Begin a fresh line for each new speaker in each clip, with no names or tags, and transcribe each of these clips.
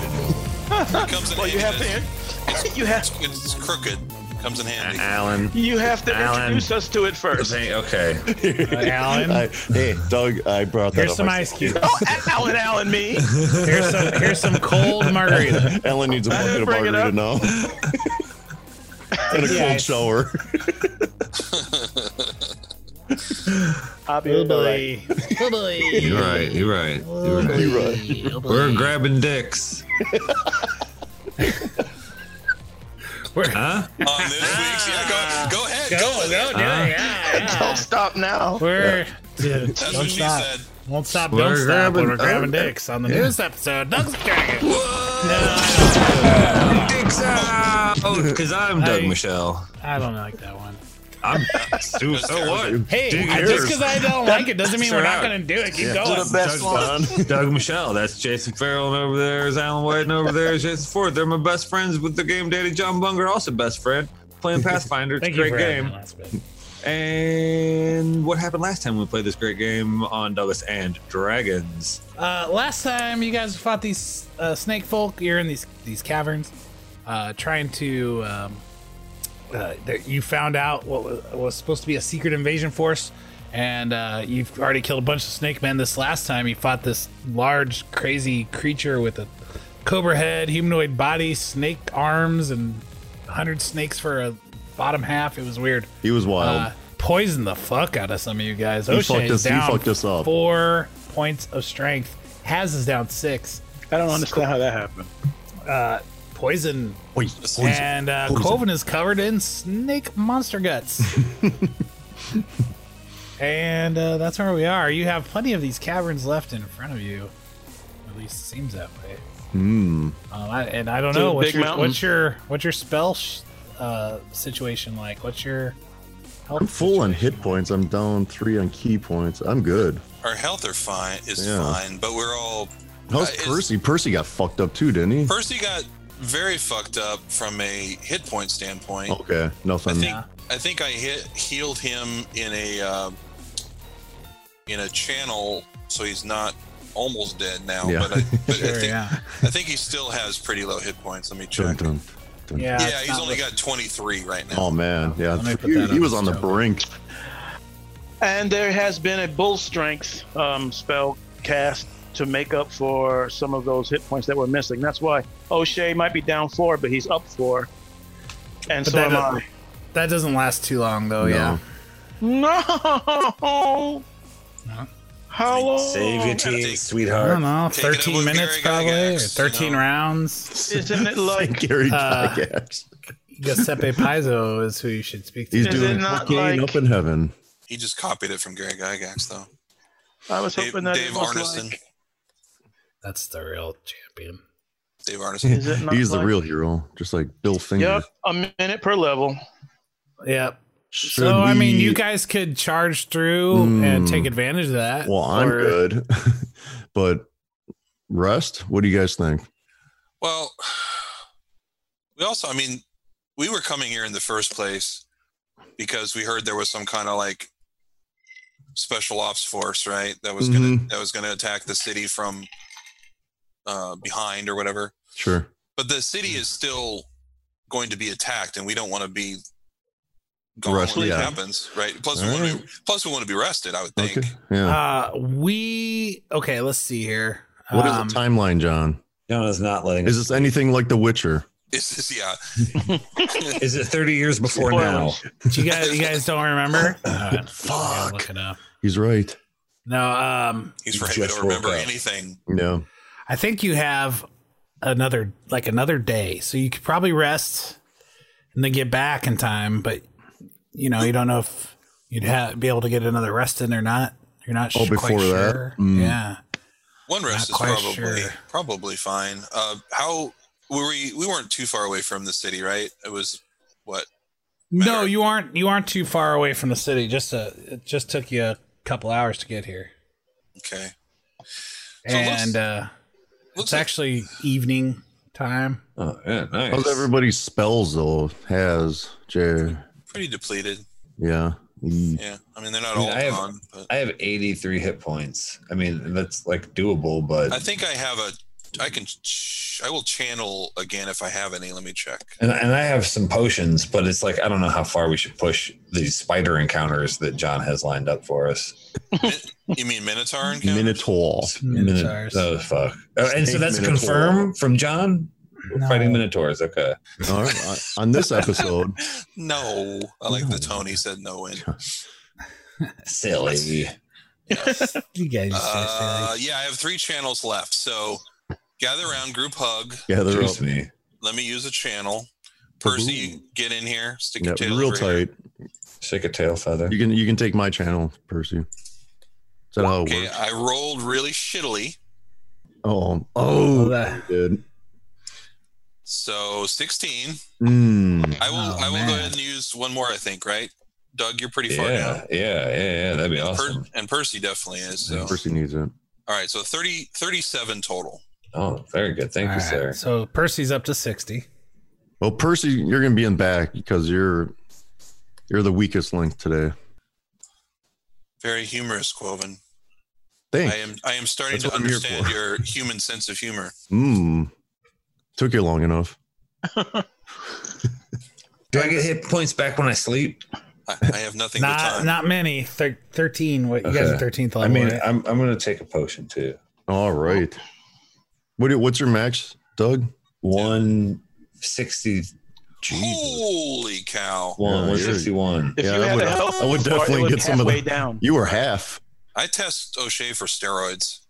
comes in
Well, you have
handy.
to you
It's,
have
it's crooked. Comes in handy.
Alan.
you have to
Alan.
introduce us to it first.
Hey, Okay.
Uh, Alan?
I- hey, Doug, I brought that
Here's
up
some ice
myself.
cubes.
Oh, Alan, Alan, me.
Here's some here's some cold margarita.
Ellen needs a
I
bucket
didn't
of
bring it
margarita
up.
now. and a
Yeah,
cold
it's-
shower.
I'll be
Oh
alright.
boy.
You're right. You're right. You're right. We're grabbing dicks. huh?
On this week's, yeah, go, go ahead.
Go, go, do it,
Huh?
yeah, yeah.
Don't stop now.
We're dude,
That's
don't
what she
stop.
said.
Won't stop,
We're
don't stop when
grabbing-
we're grabbing
uh,
dicks on the news episode. Doug's Dragon.
Dicks out! Because I'm Doug Michelle.
I don't like that one.
I'm so, so what?
Hey,
Dig
I- just
yours.
because I don't like it doesn't mean we're not
Sure.
going to do it. Keep
You're
going.
the best one.
Doug Michelle. That's Jason Farrell, and over there is Alan White, and over there is Jason Ford. They're my best friends with the game daddy John Bunger, also best friend. Playing Pathfinder. It's
Thank
a
you
great
for
game.
having me last bit.
And what happened last time we played this great game on Douglas and Dragons?
Uh, last time you guys fought these uh, snake folk, you're in these these caverns, uh, trying to. Um, uh, that you found out what was, was supposed to be a secret invasion force, and uh, you've already killed a bunch of snake men. This last time you fought this large, crazy creature with a cobra head, humanoid body, snake arms, and hundred snakes for a bottom half. It was weird.
He was wild.
Uh, poisoned the fuck out of some of you guys.
He
O'Shea
fucked
is
us- he
down
fucked us up.
Four points of strength. Has is down six. Uh,
I don't understand how that happened.
Poison.
Wait,
And uh, Coven is covered in snake monster guts. and uh, that's where we are. You have plenty of these caverns left in front of you. At least it seems that way. Hmm. Um, I, and I don't
It's a
know what's
big
your,
mountain.
what's your what's your spell sh- uh, situation like. What's your
I'm full on hit points. I'm down three on key points. I'm good.
Our health are fine is
Yeah.
fine, but we're all.
How's
Uh, it's-
Percy? Percy got fucked up too, didn't he?
Percy got very fucked up from a hit point standpoint.
Okay,
I
nothing.
think I think I hit healed him in a uh, in a channel, so he's not almost dead now.
Yeah.
But, I, but I
Sure,
think
yeah.
I think he still has pretty low hit points. Let me
Dun,
check.
dun, dun.
Yeah,
Yeah,
it's
he's
not
only got 23 right now.
Oh man, yeah,
Let me put
he,
that
he
on
was
the
on the
stove.
brink.
And there has been a bull strength um, spell cast to make up for some of those hit points that were missing. That's why O'Shea might be down four, but he's up four. And
But
so
that
am I.
That doesn't last too long, though. Oh, Yeah.
No.
No.
How long?
team,
I
sweetheart.
don't know,
Take it up
thirteen
with
minutes
Gary Gygax,
probably, or
you
thirteen
know.
rounds.
Isn't it
Like
like?
Gary
Uh,
Gygax.
Giuseppe Paizo is who you should speak to.
He's
is it
doing
not
cocaine
like-
up in heaven.
He just copied it from Gary Gygax, though.
I was
Dave,
hoping that
Dave
it was
Arneson.
like.
That's the real champion.
Dave Arneson.
Is it not
He's the
like-
real hero, just like Bill Finger.
Yep, a minute per level.
Yep.
Should
so I mean,
we-
you guys could charge through and
Hmm.
take advantage of that.
Well, I'm
or-
good, but rest. What do you guys think?
well, we also, I mean, we were coming here in the first place because we heard there was some kind of like special ops force, right? That was gonna
Mhm.
that was gonna attack the city from uh, behind or whatever.
Sure.
But the city is still going to be attacked, and we don't want to be gone
Rushed,
when it
yeah.
happens, right? Plus, we
All
want to be, plus we want to be rested. I would think.
Okay. Yeah.
Uh, we okay. Let's see here.
what is
Um,
the timeline, John?
John is not letting.
Is this anything like The Witcher?
Is this yeah?
Is it 30 years before now?
You guys, you guys don't remember? Uh,
Fuck.
Look it up.
He's right.
No. Um,
He's
You
right. I
just
don't remember
woke up.
anything.
Yeah.
I think you have another like another day, so you could probably rest and then get back in time. But you know, you don't know if You'd ha- be able to get another rest in or not. You're not
Oh,
sure. quite
before that?
sure.
Mm.
Hmm.
Yeah.
One rest
Not
is
quite
probably
sure.
probably fine. Uh, how were we? We weren't too far away from the city, right? It was what
No,
Better.
you aren't. You aren't too far away from the city. Just a. It just took you a couple hours to get here,
okay. So it looks-
and uh, it's
Looks like
actually evening time.
Oh, yeah, nice.
How's everybody's spells though? Has Jay?
pretty depleted.
Yeah. Mm.
Yeah, I mean they're not
I mean,
all
I have-
gone, but
I have 83 hit points. I mean, that's like doable, but
I think I have a. I can. Ch- I will channel again if I have any. Let me check.
and, and I have some potions, but it's like I don't know how far we should push these spider encounters that John has lined up for us.
You mean Minotaur? encounter?
Minotaur.
Mm, Minotaurs.
Oh fuck! Oh, and so
Snake
that's
Minotaur.
confirmed from John. We're
No.
Fighting minotaurs. Okay.
All right. on- On this episode,
No, I like the tone he said no in.
Silly.
You guys.
Uh, yeah, I have three channels left. So gather around, group hug.
gather up.
Excuse me.
Let me use a channel. Percy, get in here. Stick
Yeah,
your tail
real
over here.
tight.
Shake a tail feather.
You can you can take my channel, Percy. Is that how it
Okay,
works?
I rolled really shittily.
Oh, oh,
that-
you did.
So 16.
Mm.
I will.
Oh,
I will
man.
go ahead and use one more. I think. Right, Doug, you're pretty far
Yeah, yeah, yeah, yeah. That'd be
down. Per-
awesome.
and Percy definitely is. So.
Percy needs it.
All right, so 30, 37 total.
Oh, very good. Thank you, sir.
So Percy's up to sixty.
Well, Percy, you're gonna be in back because you're you're the weakest link today.
Very humorous, Quoven. I
Thanks.
am. I am starting
That's
to
what I'm here
understand
for.
your human sense of humor.
Mm. Took you long enough.
Do I get hit points back when I sleep?
I, I have nothing but
Not
time.
not many. Thir- Thirteen. What you guys
Okay.
are thirteenth
I
level?
mean,
right?
I'm I'm gonna take a potion too.
All right. What do- what's your max, Doug?
One sixty. Jesus.
Holy cow!
One
Yeah,
one sixty one.
If
Yeah,
you
I
had
would-
the help,
I would
support,
definitely
it was
get some of the-
halfway down.
You were half.
I test O'Shea for steroids.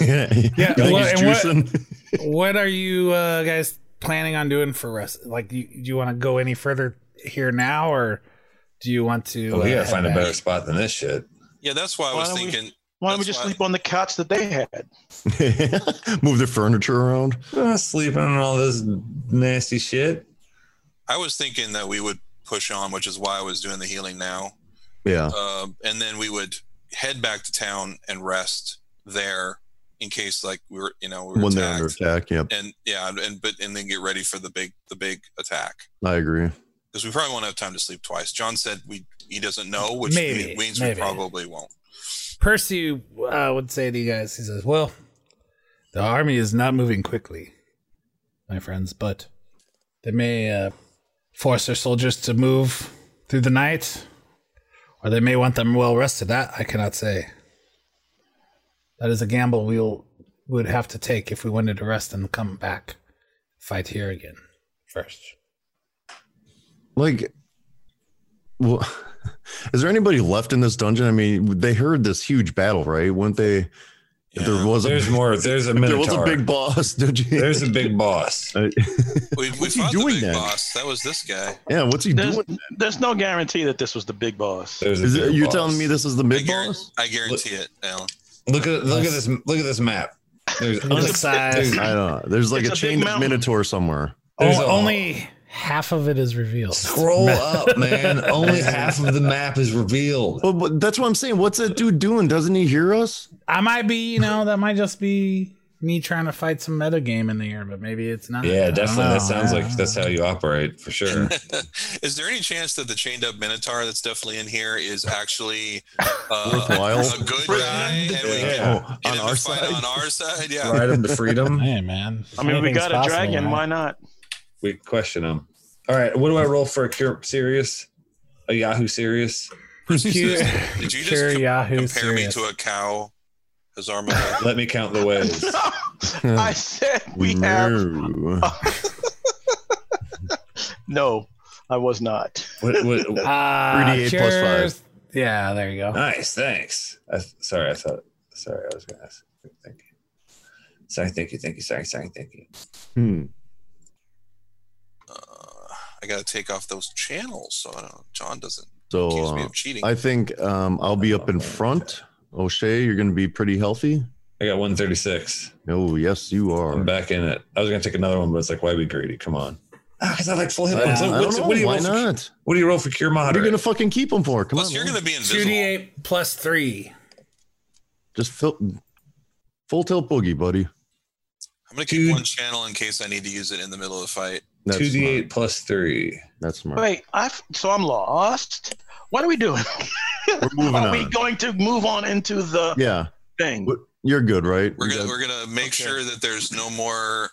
yeah.
Yeah,
Doug
well,
is
and what-
juicing.
what are you uh, guys planning on doing for rest? Like, do you, do you want to go any further here now, or do you want to?
we
uh,
gotta
head
find a
back?
better spot than this shit.
Yeah, that's why I
Why
was
don't we-
thinking.
Why don't we
That's
just
why-
sleep on the couch that they had?
Move the furniture around.
Uh, sleeping on all this nasty shit.
I was thinking that we would push on, which is why I was doing the healing now,
Yeah.
Um and then we would head back to town and rest there in case, like we were, you know, we were
when they're under attack.
attacked.
Yep.
And yeah, and- and but and then get ready for the big the big attack.
I agree.
because we probably won't have time to sleep twice. John said we he doesn't know, which
Maybe,
me- means
maybe.
we probably won't.
Percy uh, would say to you guys, he says, "Well, the army is not moving quickly, my friends, but they may uh, force their soldiers to move through the night, or they may want them well rested. That I cannot say. That is a gamble we will would have to take if we wanted to rest and come back, fight here again first.
Like, well, is there anybody left in this dungeon? I mean, they heard this huge battle, right? Wouldn't they? If there
Yeah.
was a,
There's more. There's a
if there was a
minotaur.
big boss. Did you?
There's a big boss.
Uh,
We, we
What's he
fought the
doing
big
then?
boss. That was this guy.
yeah. What's he
There's,
doing?
there's no guarantee that this was the big boss.
There's a
Is it,
bigger
you're
boss.
telling me this is the
I,
big
guarantee,
boss?
I guarantee it, Alan.
Look at look at this look at this map. There's,
Look
there's
size.
I don't know. There's like
It's
a
a big
chained
mountain.
minotaur somewhere.
There's
O-
a-
only half of it is revealed.
Scroll up, man. Only half of the map is revealed.
But, but that's what I'm saying. What's that dude doing? Doesn't he hear us?
I might be, you know, that might just be me trying to fight some meta game in the air, but maybe it's not. I
Yeah,
don't
definitely. That
Oh,
know.
sounds
I
like
don't
that's how you operate for sure.
Is there any chance that the chained up Minotaur that's definitely in here is actually uh,
Worthwhile.
a good guy? And we can
Yeah.
Oh,
get
on
him to
our
fight
side.
on our side? Yeah.
Ride him to freedom.
know. Hey, man.
I mean, we
Anything's
got a
possible,
dragon.
right?
Why not?
We question him. All right, what do I roll for a cure serious? A Yahoo serious?
Cure-
Did you just
Cure
com-
Yahoo
compare
serious.
me to a cow? As Armaged?
Let me count the ways.
I said we have
No.
no. I was not.
What, what,
Ah,
3D8 plus five.
cures- Uh, Yeah, there you go.
nice, thanks. I, sorry, I thought. Sorry, I was gonna ask. Thank you. Sorry, thank you, thank you. Sorry, sorry, thank you.
Hmm.
Uh, I got to take off those channels so I don't, John doesn't
So
Accuse me
uh,
of cheating.
I think um, I'll be up in front. O'Shea, you're going to be pretty healthy.
I got 136.
Oh, yes, you
I'm
are.
back in it. I was gonna take another one, but it's like, why be greedy? Come on. Ah, because I like full hit
I,
points.
Uh, I
What's-
don't know.
what do you
Why
roll for-
not?
What do you roll for cure
What are you
moderate?
going to fucking keep them for? Come
Plus,
on.
you're
man.
going to be invisible.
2d8 plus 3.
Just fill, full tilt boogie, buddy.
I'm going to keep
Dude.
one channel in case I need to use it in the middle of the fight.
That's
Two d
smart.
eight plus three.
That's smart.
Wait, I f- so I'm lost. What are we doing?
We're moving
are
on.
we going to move on into the
yeah.
thing?
What- You're good, right?
We're
You
gonna
got-
we're gonna make
Okay.
sure that there's no more,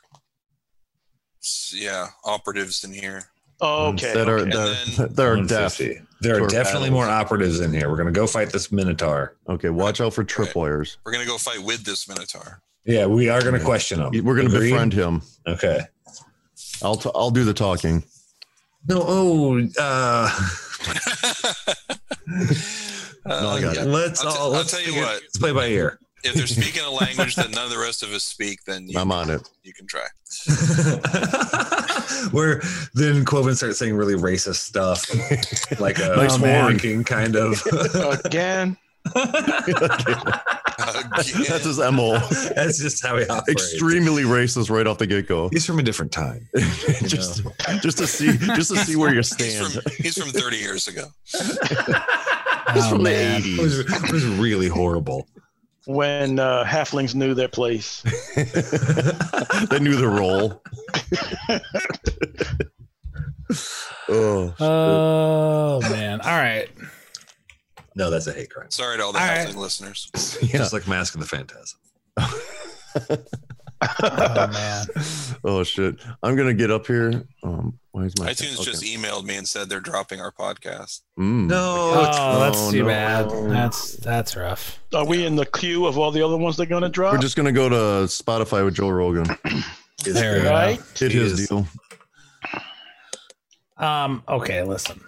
s- yeah, operatives in here.
Okay.
That are,
okay.
that,
And
that are deaf.
150. There are
Torpedoes.
definitely more operatives in here. We're gonna go fight this minotaur.
Okay, watch out for tripwires.
We're gonna go fight with this minotaur.
Yeah, we are gonna question him.
We're going to
Agreed?
befriend him.
Okay.
I'll, t- I'll do the talking.
No. Oh. Uh,
I got it.
Let's
I'll t-
all.
I'll
let's
tell you
figure-
what.
Let's play by ear.
Uh, if they're speaking a language that none of the rest of us speak, then you,
I'm on it.
you can try.
Where then Quoven starts saying really racist stuff, like a
Nice
man
horn.
king kind of.
Again,
Again.
That's his MO.
That's just how he operates.
Extremely racist right off the get go.
He's from a different time.
just just to see just to see where you stand.
he's, from, he's from 30 years ago.
He's
Oh,
from the
man.
It
80s.
was, it was really horrible.
when uh, halflings knew their place.
they knew the role. oh,
Uh, Oh, man. All right.
No, that's a hate crime.
Sorry to all the
All right.
housing listeners.
yeah.
Just like Mask of the Phantasm.
Oh, man.
oh shit. I'm gonna get up here. Um, why is my
iTunes just e- emailed me and said they're dropping our podcast.
Mm.
No, it's
Oh, that's
oh,
too
no.
bad. That's that's rough.
Are we in the queue of all the other ones they're going to drop?
We're just gonna go to Spotify with Joe Rogan.
There we go.
right?
Hit
Jeez.
his deal.
Um. Okay. Listen.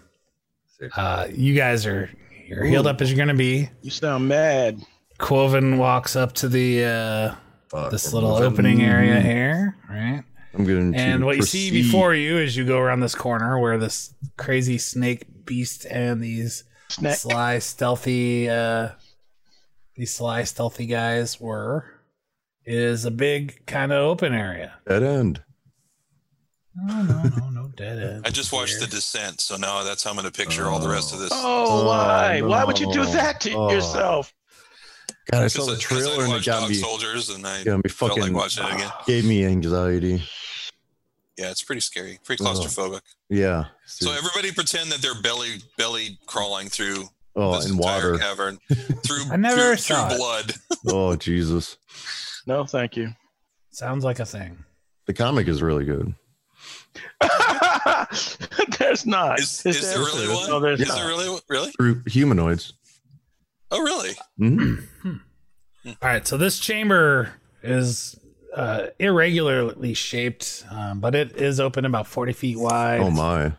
Uh, you guys are you're healed up as you're gonna be.
You sound mad.
Quoven walks up to the uh,
Fuck,
this
we're
little
moving.
opening area here, right?
I'm going to
And what you see
proceed.
before you as you go around this corner, where this crazy snake beast and these
Snack.
sly, stealthy, uh, these sly, stealthy guys were, is a big kind of open area.
dead end.
No, no, no, no dead end.
I just watched The Descent, so now that's how I'm going to picture all the rest of this.
Oh,
Oh,
why? Why would you do
no.
that to
Oh.
yourself?
God, I
Because
saw the
I- 'cause I
trailer and it
watched
got
Dog
me,
Soldiers and I
got me
felt
fucking
like watching it again.
gave me anxiety.
Yeah, it's pretty scary, pretty
Oh.
claustrophobic.
Yeah.
So everybody pretend that they're belly belly crawling through
oh,
this
and
entire
water.
cavern through
I
through,
never saw
through
it.
blood.
oh, Jesus.
No, thank you.
Sounds like a thing.
The comic is really good.
there's not.
Is, is there really one?
No, there's
is
not.
there really really?
Through humanoids.
Oh, really?
Mhm.
All right, so this chamber is uh, irregularly shaped, um, but it is open about 40 feet wide,
Oh my.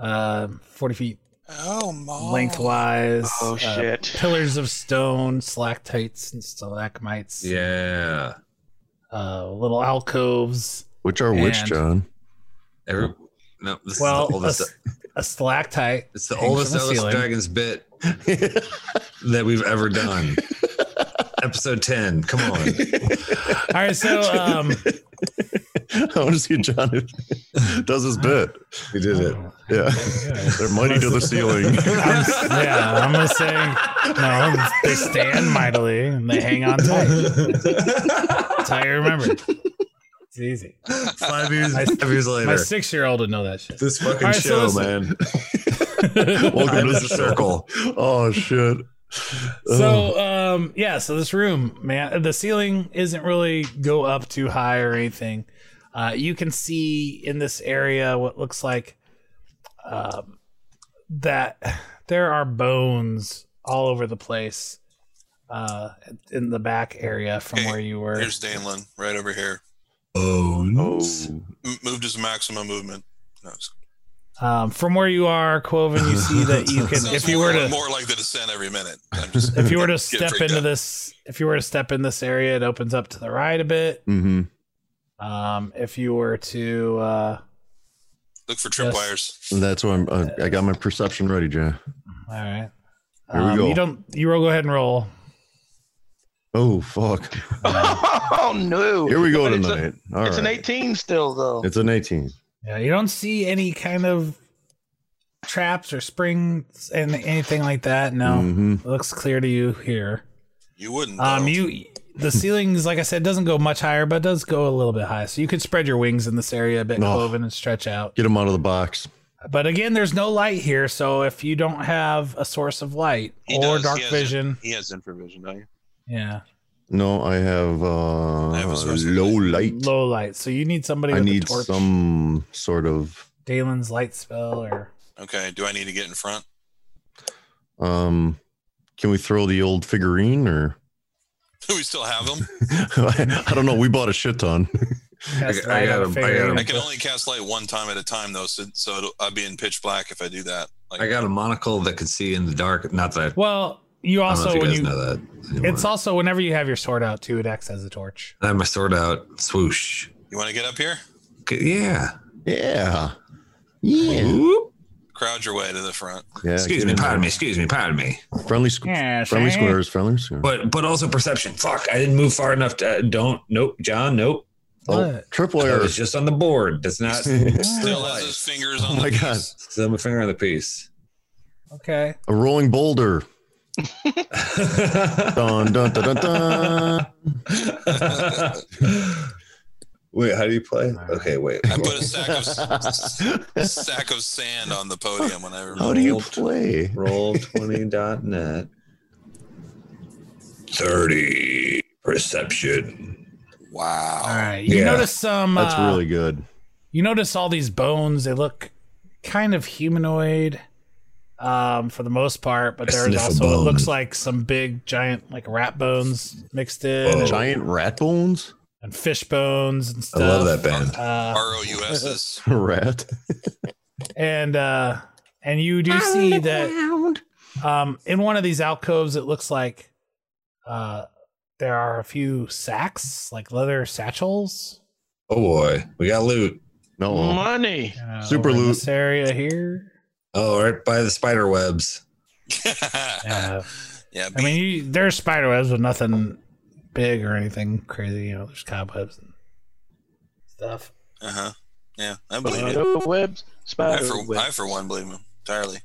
uh, 40 feet
Oh, mom.
lengthwise.
Oh,
uh,
shit.
Pillars of stone, stalactites and stalagmites,
Yeah.
uh, little alcoves.
Which are which,
And-
John?
Every, no, this
Well,
is
a,
the oldest.
s- a stalactite.
It's the
hangs from
oldest
the
Ellis
ceiling.
Dragons bit that we've ever done. Episode 10. Come on.
All right, so um,
I want to see John if- does his bit.
We did it.
Yeah. They're mighty to the ceiling.
yeah, I'm gonna say no. They stand mightily and they hang on tight. That's how you remember. it. It's easy.
five years,
My-
five years
My
later.
six year old would know that shit.
This fucking
All right, so
show,
listen.
man.
Welcome
Time
to the
is a circle.
circle. Oh shit.
So um yeah, so this room, man, the ceiling isn't really go up too high or anything. Uh you can see in this area what looks like um that there are bones all over the place. Uh in the back area from
Okay,
where you were.
Here's Danelin right over here.
Oh.
Bones.
M- moved his maximum movement. No, it's-
Um from where you are, Quoven, you see that you can
sounds
if you were
more,
to
more like the descent every minute. I'm just,
if you were to
Get
step
freaked
into
out.
this if you were to step in this area, it opens up to the right a bit.
Mm-hmm.
Um, if you were to, uh,
look for tripwires.
That's why I'm. Uh, I got my perception ready, John.
All right. Um,
Here we go.
You don't. You roll. Go ahead and roll.
Oh fuck!
Oh no!
Here we go
But it's a-
tonight. All right.
It's an 18 still though.
It's an 18.
Yeah, you don't see any kind of traps or springs and anything like that. No,
Mhm.
it looks clear to you here.
You wouldn't.
Um,
though.
you the ceilings, like I said, doesn't go much higher, but does go a little bit high. So you could spread your wings in this area a bit,
Oh.
cloven and stretch out.
Get him out of the box.
But again, there's no light here, so if you don't have a source of light
He
or
does,
dark
he has-
vision,
He has infravision, don't you?
yeah,
No, I have uh
I have a source of
low light.
low light. So you need somebody.
I
with
need
a torch.
some sort of
Dalen's light spell or
Okay. Do I need to get in front?
um can we throw the old figurine or
Do we still have them?
I, don't know. We bought a shit ton.
cast
I- I
light
got
on a
him, I
figurine.
got him.
I can only cast light one time at a time, though, so, so it'll, I'll be in pitch black if I do that. Like,
I got a monocle that could see in the dark. Not that.
Well, you
I don't
also
know if you
when
guys
you
know that. anymore.
it's also whenever you have your sword out too, it acts as a torch.
I have my sword out. Swoosh.
you want to get up here?
Okay, Yeah.
Yeah. Yeah.
Whoop.
Crowd your way to the front.
yeah
excuse
get
me.
in
Pardon
there.
me. Excuse me. Pardon me.
Friendly, squ-
Yeah,
friendly
sure.
squares. Friendly squares.
But but also perception. Fuck. I didn't move far enough. To, uh, don't. Nope. John. Nope.
Oh,
What?
triple
It
error.
was just on the board. Does not.
Still has his fingers on
Oh
the
my god.
keys.
Still my finger on the piece.
Okay.
A rolling boulder. Dun, dun, dun, dun, dun.
wait, how do you play? Okay, wait.
I put a sack of s- sack of sand on the podium when I
How
remember.
do you play?
Roll20.net. 30 perception.
All
Wow.
right. You
Yeah.
notice some.
That's
uh,
really good.
You notice all these bones. They look kind of humanoid, um, for the most part. But
I
there's
sniff a
also what
bone.
looks like some big, giant, like rat bones mixed in,
Whoa.
and,
Giant rat bones?
and fish bones and
I
stuff.
love that band.
Uh,
R O U S S.
rat?
and uh, and you do see that um, in one of these alcoves, it looks like uh, there are a few sacks, like leather satchels.
Oh boy, we got loot.
No.
Money.
Uh,
Super
over in
loot.
This area here.
Oh, right by the spider webs.
Uh,
yeah.
I mean, you, there's spider webs, but nothing big or anything crazy. You know, there's cobwebs and stuff.
Uh huh. Yeah. I believe you.
Spider webs.
I
Spider
for, I
webs.
for one believe him entirely.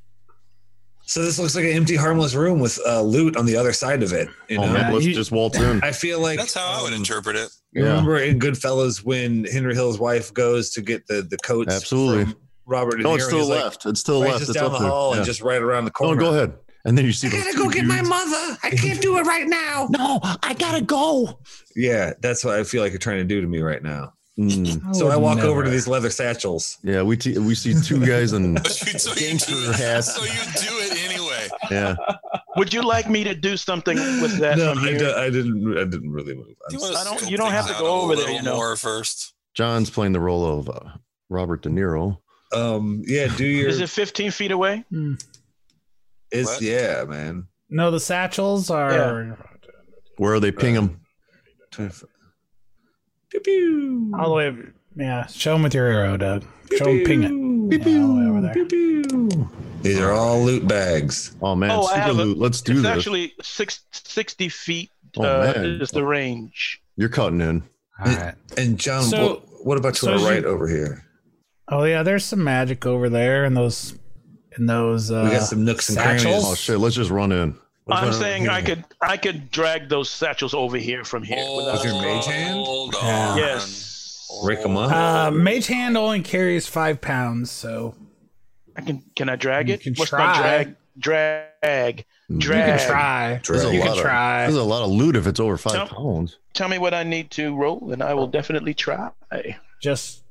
So this looks like an empty, harmless room with uh, loot on the other side of it. You
Oh,
know,
man, let's
You-
just waltz in.
I feel like
That's how I would
um,
interpret it.
You
Yeah.
remember in Goodfellas when Henry Hill's wife goes to get the the coats?
Absolutely.
from Robert. De
No,
Niro,
it's
and
still
he's like,
left. It's still
"Right,
left.
Just
It's
down
up
the
there.
hall
Yeah.
and just right around the
No,
corner.
go ahead. And then you see
I
those
gotta
two
go get my
dudes.
mother. I can't do it right now.
No, I gotta go.
Yeah, that's what I feel like you're trying to do to me right now.
Mm,
so I
would
walk over
never.
to these leather satchels.
yeah, we t- we see two guys in
But you, so, you do,
gangster hats.
so you do it anyway.
Yeah,
Would you like me to do something with that?
no,
from
I,
here?
do, I didn't. I didn't really move.
Do
I'm
you wanna
I don't-
scope
you don't have
things
to go
out a
over there,
little
you know.
More first.
John's playing the role of uh, Robert De Niro.
sorry. Um. Yeah. Do your.
Is it 15 feet away?
it's
what?
yeah, man.
Hmm. No, the satchels are
Where are they ping him?
25. Pew pew.
all the way. Yeah, show them with your arrow, Doug. Show them ping it.
it.
Yeah, all the way over there.
These are all loot bags.
Oh man,
Oh, I
super
have a-
loot. Let's do
It's
this.
actually six, 60 feet
Oh,
uh,
man.
is the range.
You're cutting in.
All right.
And John,
So-
what, what about to
so
our
is your-
right over here?
Oh yeah, there's some magic over there, and those, and those. Uh,
We got some nooks and crannies.
satchels?
Oh shit, let's just run in.
What about
I'm
over
saying
here?
I could I could drag those satchels over here from here.
Hold
your mage hand?
on.
yes,
rake them up.
Uh, mage hand only carries five pounds, so
I can. Can I drag
You
it?
can
What's
try.
my drag? Drag.
you
Drag.
can try.
There's a
You
lot
can
of-
try.
There's a lot of loot if it's over five
Jump.
pounds.
Tell me what I need to roll, and I will definitely try.
Just,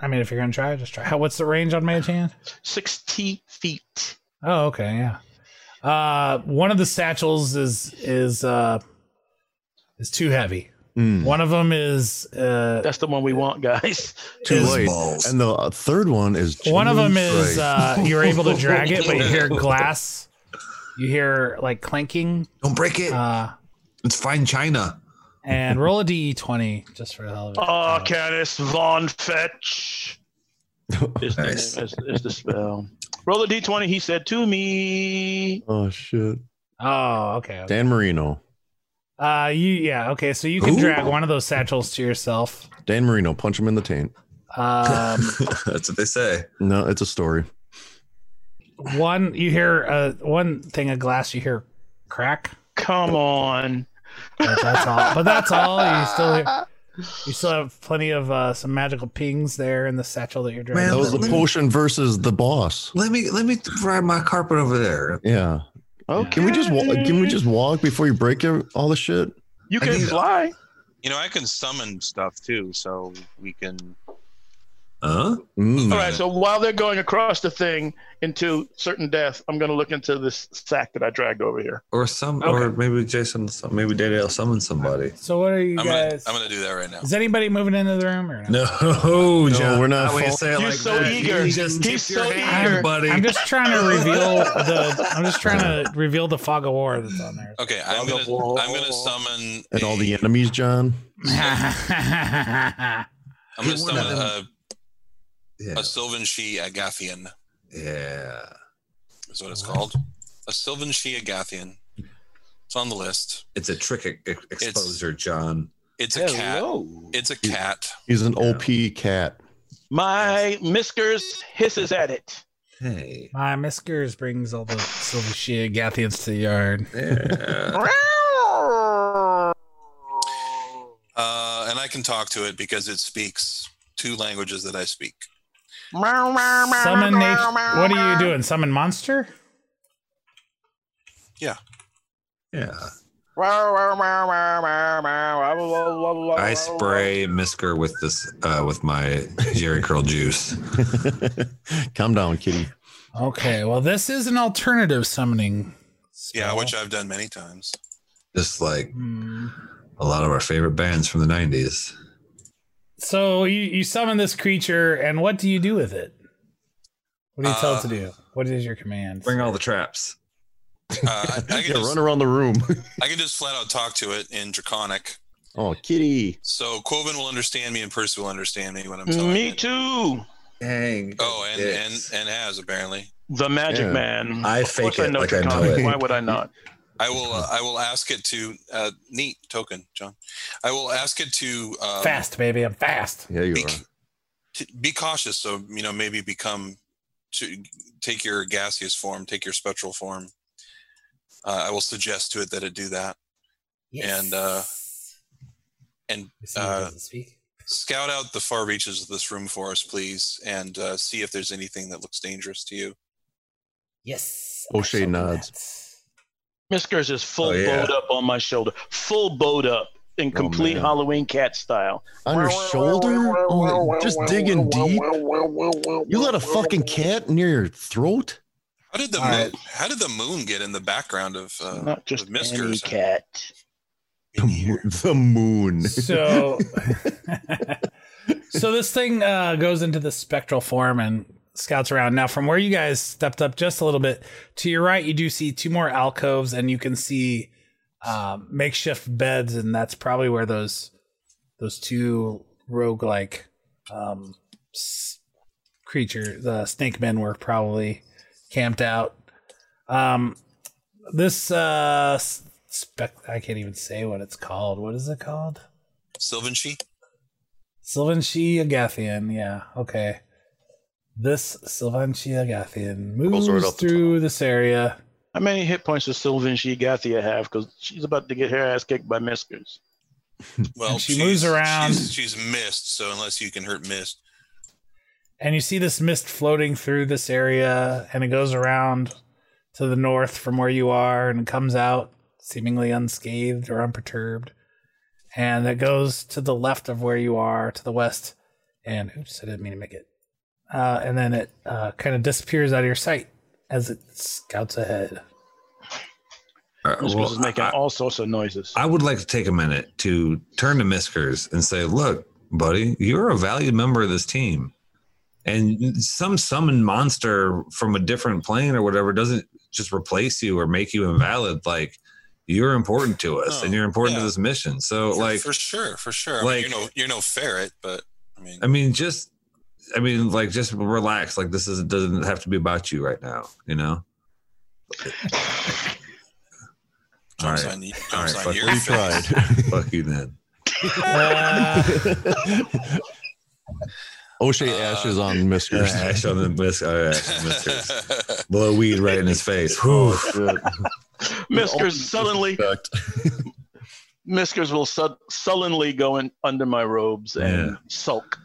I mean, if you're gonna try, just try. How, what's the range on mage hand?
Sixty feet.
Oh, okay, yeah. Uh, one of the satchels is is uh is too heavy.
Hmm.
Mm.
One of them is uh
That's the one we want, guys.
Too
is-
late.
balls.
And the uh, third one is
One of them
Jesus
is
Christ.
uh you're able to drag it, but you hear glass. You hear like clanking.
Don't break it.
Uh,
it's fine china.
and roll a d twenty just for the hell of it.
Oh, Canis Von Fetch. Is the,
Nice.
is, is the spell. Roll a d20. He said to me,
Oh shit.
Oh, okay. okay.
Dan Marino.
Uh, you yeah. Okay, so you can
Ooh.
drag one of those satchels to yourself.
Dan Marino, punch him in the taint.
Um,
That's what they say.
No, it's a story.
one you hear uh one thing of glass you hear crack.
"Come on."
But that's all. But that's all. You still hear, you still have plenty of uh some magical pings there in the satchel that you're dragging.
Man,
That was the
Let me-
potion versus the boss.
Let me let me ride my carpet over there.
Yeah. Oh, can we just wa- can we just walk before you break ev- all the shit?
You
I
can
need-
fly.
You know, I can summon stuff too, so we can.
Huh?
Mm.
All right. So while they're going across the thing into certain death, I'm going to look into this sack that I dragged over here.
Or some or maybe Jason maybe Daddy will summon somebody.
So what are you
I'm gonna,
guys?
I'm gonna do that right now.
Is anybody moving into the room or not?
No, John,
we're not
that way you
fall-
say it
You're
like
so
that.
eager.
You just
He's
tip your
so
hand,
eager.
buddy.
I'm just trying to reveal the. I'm just trying to reveal the fog of war that's on there.
Okay, I'm gonna I'm gonna summon
And all the
a-
enemies, John.
I'm gonna
You wanna-
summon a,
yeah.
a Sylvan She Agathian.
yeah.
Is what it's called. A Sylvan She Agathian. It's on the list.
It's a trick e- e- exposure, John.
It's a cat. It's a cat.
He's an
Yeah.
OP cat.
My miskers hisses at it.
Hey.
My Miskers brings all the silver shit Gathians to the yard.
Yeah.
Uh, and I can talk to it because it speaks two languages that I speak.
Summon nation. What are you doing? Summon monster?
yeah. I
I
spray Misker with this uh, with my Jerry Curl juice.
Calm down, kitty.
Okay. Well, this is an alternative summoning.
Yeah,
spell.
which I've done many times.
Just like
Hmm.
a lot of our favorite bands from the nineties.
So you you summon this creature, and what do you do with it? What do you tell it to
Uh,
do? What is your command?
Bring all the traps.
Uh, I, I, can
yeah,
just,
run around the room.
I can just flat out talk to it in Draconic.
oh, kitty.
So Quoven will understand me and Percy will understand me when I'm telling
Me
it.
too.
Dang.
Oh, and,
dicks.
and and has apparently.
The Magic
Yeah.
Man.
I
Of
fake
course
it like I know
Draconic.
it.
Why would I not?
I will uh, I will ask it to uh, neat token, John. I will ask it to um,
fast, baby. I'm fast.
Yeah, you
Be,
are.
to be cautious, so you know maybe become to take your gaseous form, take your spectral form. Uh, I will suggest to it that it do that. And, uh, and,
See, it
uh,
doesn't speak.
Scout out the far reaches of this room for us, please, and uh, see if there's anything that looks dangerous to you.
Yes. I
O'Shea
shall do
nods.
that.
Miskers is full
Oh, yeah. Oh,
bowed up on my shoulder. Full bowed up in complete
man.
Halloween cat style.
On your shoulder? Oh, just digging deep. You let a fucking cat near your throat?
How did the
All
moon,
right.
how did the moon get in the background of uh,
Not just
of
any
Miskers?
cat.
The, mo- the moon.
So, so this thing uh, goes into the spectral form and scouts around. Now, from where you guys stepped up just a little bit to your right, you do see two more alcoves, and you can see um, makeshift beds, and that's probably where those those two roguelike um, s- creature, the snake men, were probably camped out. Um, this uh, s- spec, I can't even say what it's called. What is it called?
Sylvan She?
Sylvanshi Agathian, yeah, okay. This Sylvanshi Agathian
Rolls
moves
right off the
through this area.
How many hit points does Sylvan Shigathia have? Because she's about to get her ass kicked by Miskers.
Well,
And she moves
she's-
around.
She's, she's missed, so unless you can hurt mist,
And you see this mist floating through this area, and it goes around to the north from where you are, and it comes out seemingly unscathed or unperturbed. And it goes to the left of where you are, to the west. And oops, I didn't mean to make it. Uh, and then it uh, kind of disappears out of your sight as it scouts ahead.
Uh,
Miskers
well,
is making
I-
all sorts of noises.
I would like to take a minute to turn to Miskers and say, look, buddy, you're a valued member of this team. And some summoned monster from a different plane or whatever doesn't just replace you or make you invalid. Like, you're important to us
Oh,
and you're important to
yeah.
this mission. So,
For-
like,
for sure, for sure. I mean,
like-
you're no you're no ferret, but I mean,
I mean, just I mean, like just relax. Like this is it doesn't have to be about you right now. You know. All
Jumps
right,
on, you-
all right,
jumps on
fuck
your
it.
We
face.
tried.
fuck you then.
Uh,
O'Shea ashes on
Uh, Yeah,
Mr.
ash on the mis- uh, ash on Miskers. Blow weed right in his face. Whew.
Miskers sullenly,
Respect.
Miskers will su- sullenly go in under my robes and
Yeah.
sulk.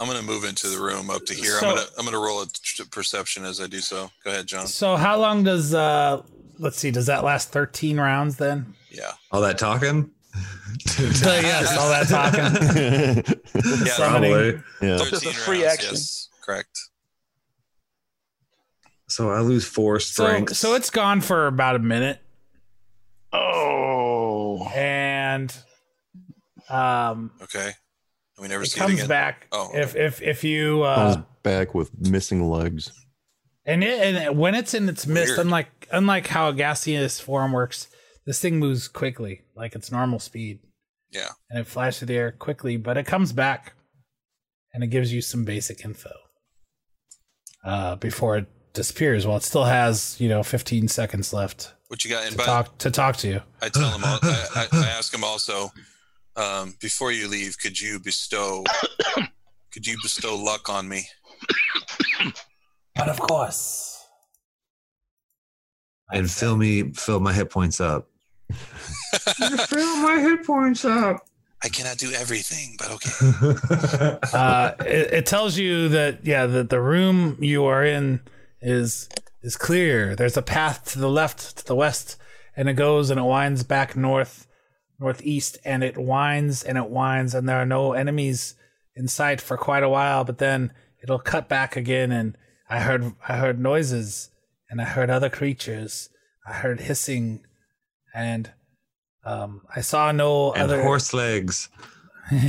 I'm gonna move into the room up to here.
So-
I'm gonna I'm gonna roll a t- perception as I do so. Go ahead, John.
so how long does uh let's see, does that last thirteen rounds then?
Yeah,
All that talking.
So yes, all that talking.
yeah.
Summoning.
Probably.
yeah.
Just a
13
free
rounds,
action.
Yes, correct.
So I lose four
So,
strengths.
so it's gone for about a minute.
Oh,
and um,
Okay. And we never
it
see it
comes
again.
back
Oh,
if if if you
Comes
uh,
back with missing legs.
and it, and it- when it's in its mist,
Weird.
unlike unlike how a gaseous form works, this thing moves quickly, like its normal speed.
Yeah.
and it flies through the air quickly, but it comes back, and it gives you some basic info uh, before it disappears. While it still has you know 15 seconds left
What you got?
to
And by,
talk to talk to you.
I tell him. All, I, I, I ask him also. Um, before you leave, could you bestow? could you bestow luck on me?
But of course,
and fill me, fill my hit points up. fill my hit points up.
I cannot do everything, but okay.
uh, it, it tells you that yeah, that the room you are in is is clear. There's a path to the left, to the west, and it goes and it winds back north, northeast, and it winds and it winds, and there are no enemies in sight for quite a while. But then it'll cut back again, and I heard I heard noises, and I heard other creatures. I heard hissing, and um, I saw no
and
other
horse legs.
Was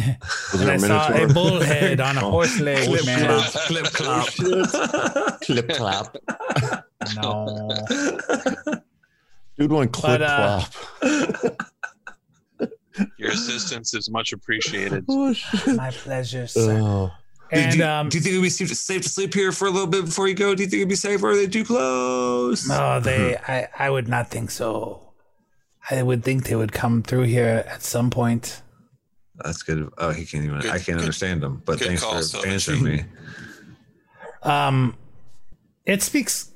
and
there
I
a
saw a
minotaur?
bull head on a horse leg,
Clip
man.
clop, clip clop.
Clip clop.
No.
Dude went clip
But, uh,
clop.
Your assistance is much appreciated.
Oh, shit.
My pleasure, sir.
Oh.
do,
And
Uh, you,
um
do you think it'd be safe to, safe to sleep here for a little bit before you go? Do you think it'd be safe? Or are they too close?
no, oh, they I, I would not think so. I would think they would come through here at some point.
That's good. Oh, he can't even.
Good-
I can't
good-
understand him. But
good
thanks
call,
for
Salvador.
answering me.
Um it speaks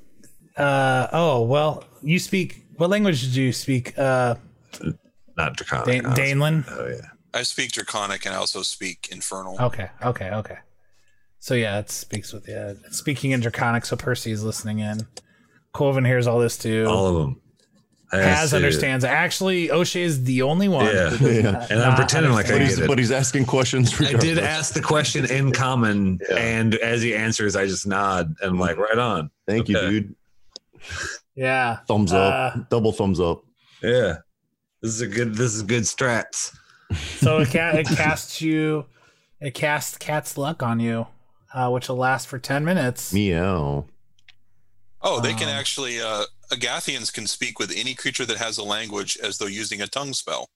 uh oh well you speak what language did you speak? Uh
Not
Dan-
Draconic. honestly.
Danelin?
Oh yeah.
I speak Draconic and I also speak Infernal.
Okay, okay, okay. So yeah, it speaks with yeah. It's speaking in Draconic, so Percy is listening in. Corvin hears all this too.
All of them.
Has
to-
understands. Actually, O'Shea is the only one.
Yeah.
Yeah.
And I'm
Not
pretending like I
But he's,
get it.
but he's asking questions.
I did
regardless.
ask the question in common,
Yeah.
and as he answers, I just nod and I'm like, right on.
Thank
Okay.
you, dude.
Yeah.
Thumbs up.
Uh,
Double thumbs up.
Yeah, this is a good. This is good strats.
So it, ca- it casts you, it casts Cat's Luck on you, uh, which will last for 10 minutes.
Meow.
Oh, they can
Um,
actually. Uh, Agathians can speak with any creature that has a language as though using a tongue spell.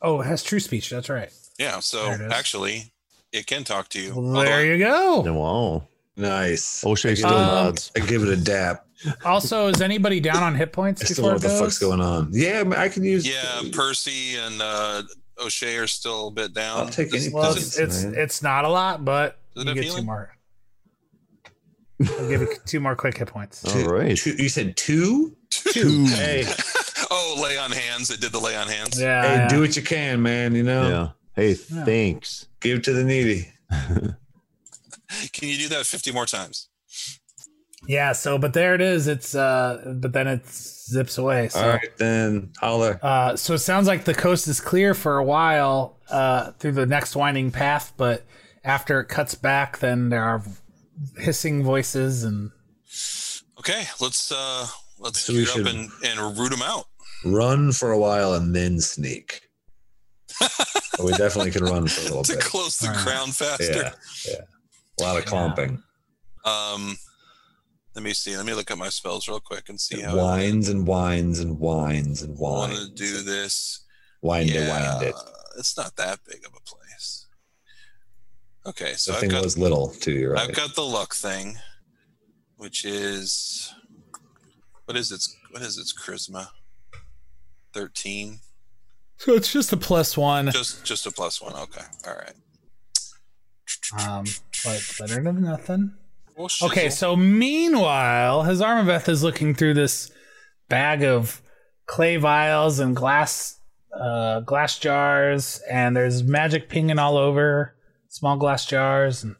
Oh, it has true speech. That's right.
Yeah, so
There it is.
actually, it can talk to you. Although
There you go.
Wow.
Nice.
O'Shea still
Um,
nods.
I give it a dap.
Also, is anybody down on hit points
I still
before
know
it
what the
goes?
fuck's going on. Yeah, I mean, I can use.
Yeah, Percy and uh, O'Shea are still a bit down.
I'll take
Does-
any
Well,
does
it's
it-
it's,
man.
it's not a lot, but
Is it
you
a
get two
feeling?
more. I'll give you two more quick hit
Oh,
points.
All right.
Two, you said two.
Two. Hey,
oh, lay on hands. It did the lay on hands.
yeah.
Hey,
yeah.
do what you can, man. You know,
Yeah. Hey,
Yeah.
thanks.
give to the needy.
Can you do that 50 more times?
Yeah, So, but there it is. It's uh, but then it zips away. So.
All right, then holler.
Uh, so it sounds like the coast is clear for a while uh, through the next winding path, but after it cuts back, then there are hissing voices and
Okay, let's uh, let's so
So we
get
should-
up and, and root them out.
Run for a while and then sneak. But we definitely can run for a little
to
bit.
close the
All right.
crown
Yeah,
faster.
yeah. A lot of clomping.
Um, let me see. Let me look at my spells real quick and see
It
how I
wines and wines and wines and
want
wines.
to do this.
Wind it,
yeah,
wind it.
it's not that big of a place. Okay, so
The
I've
thing
got
was little too. You're right.
I've got the luck thing, which is what is its what is its charisma? Thirteen.
So it's just a plus one.
Just just a plus one. Okay. All right.
Um, but better than nothing.
Well,
Okay,
shizzle.
so meanwhile, his Armaveth is looking through this bag of clay vials and glass uh, glass jars, and there's magic pinging all over small glass jars, and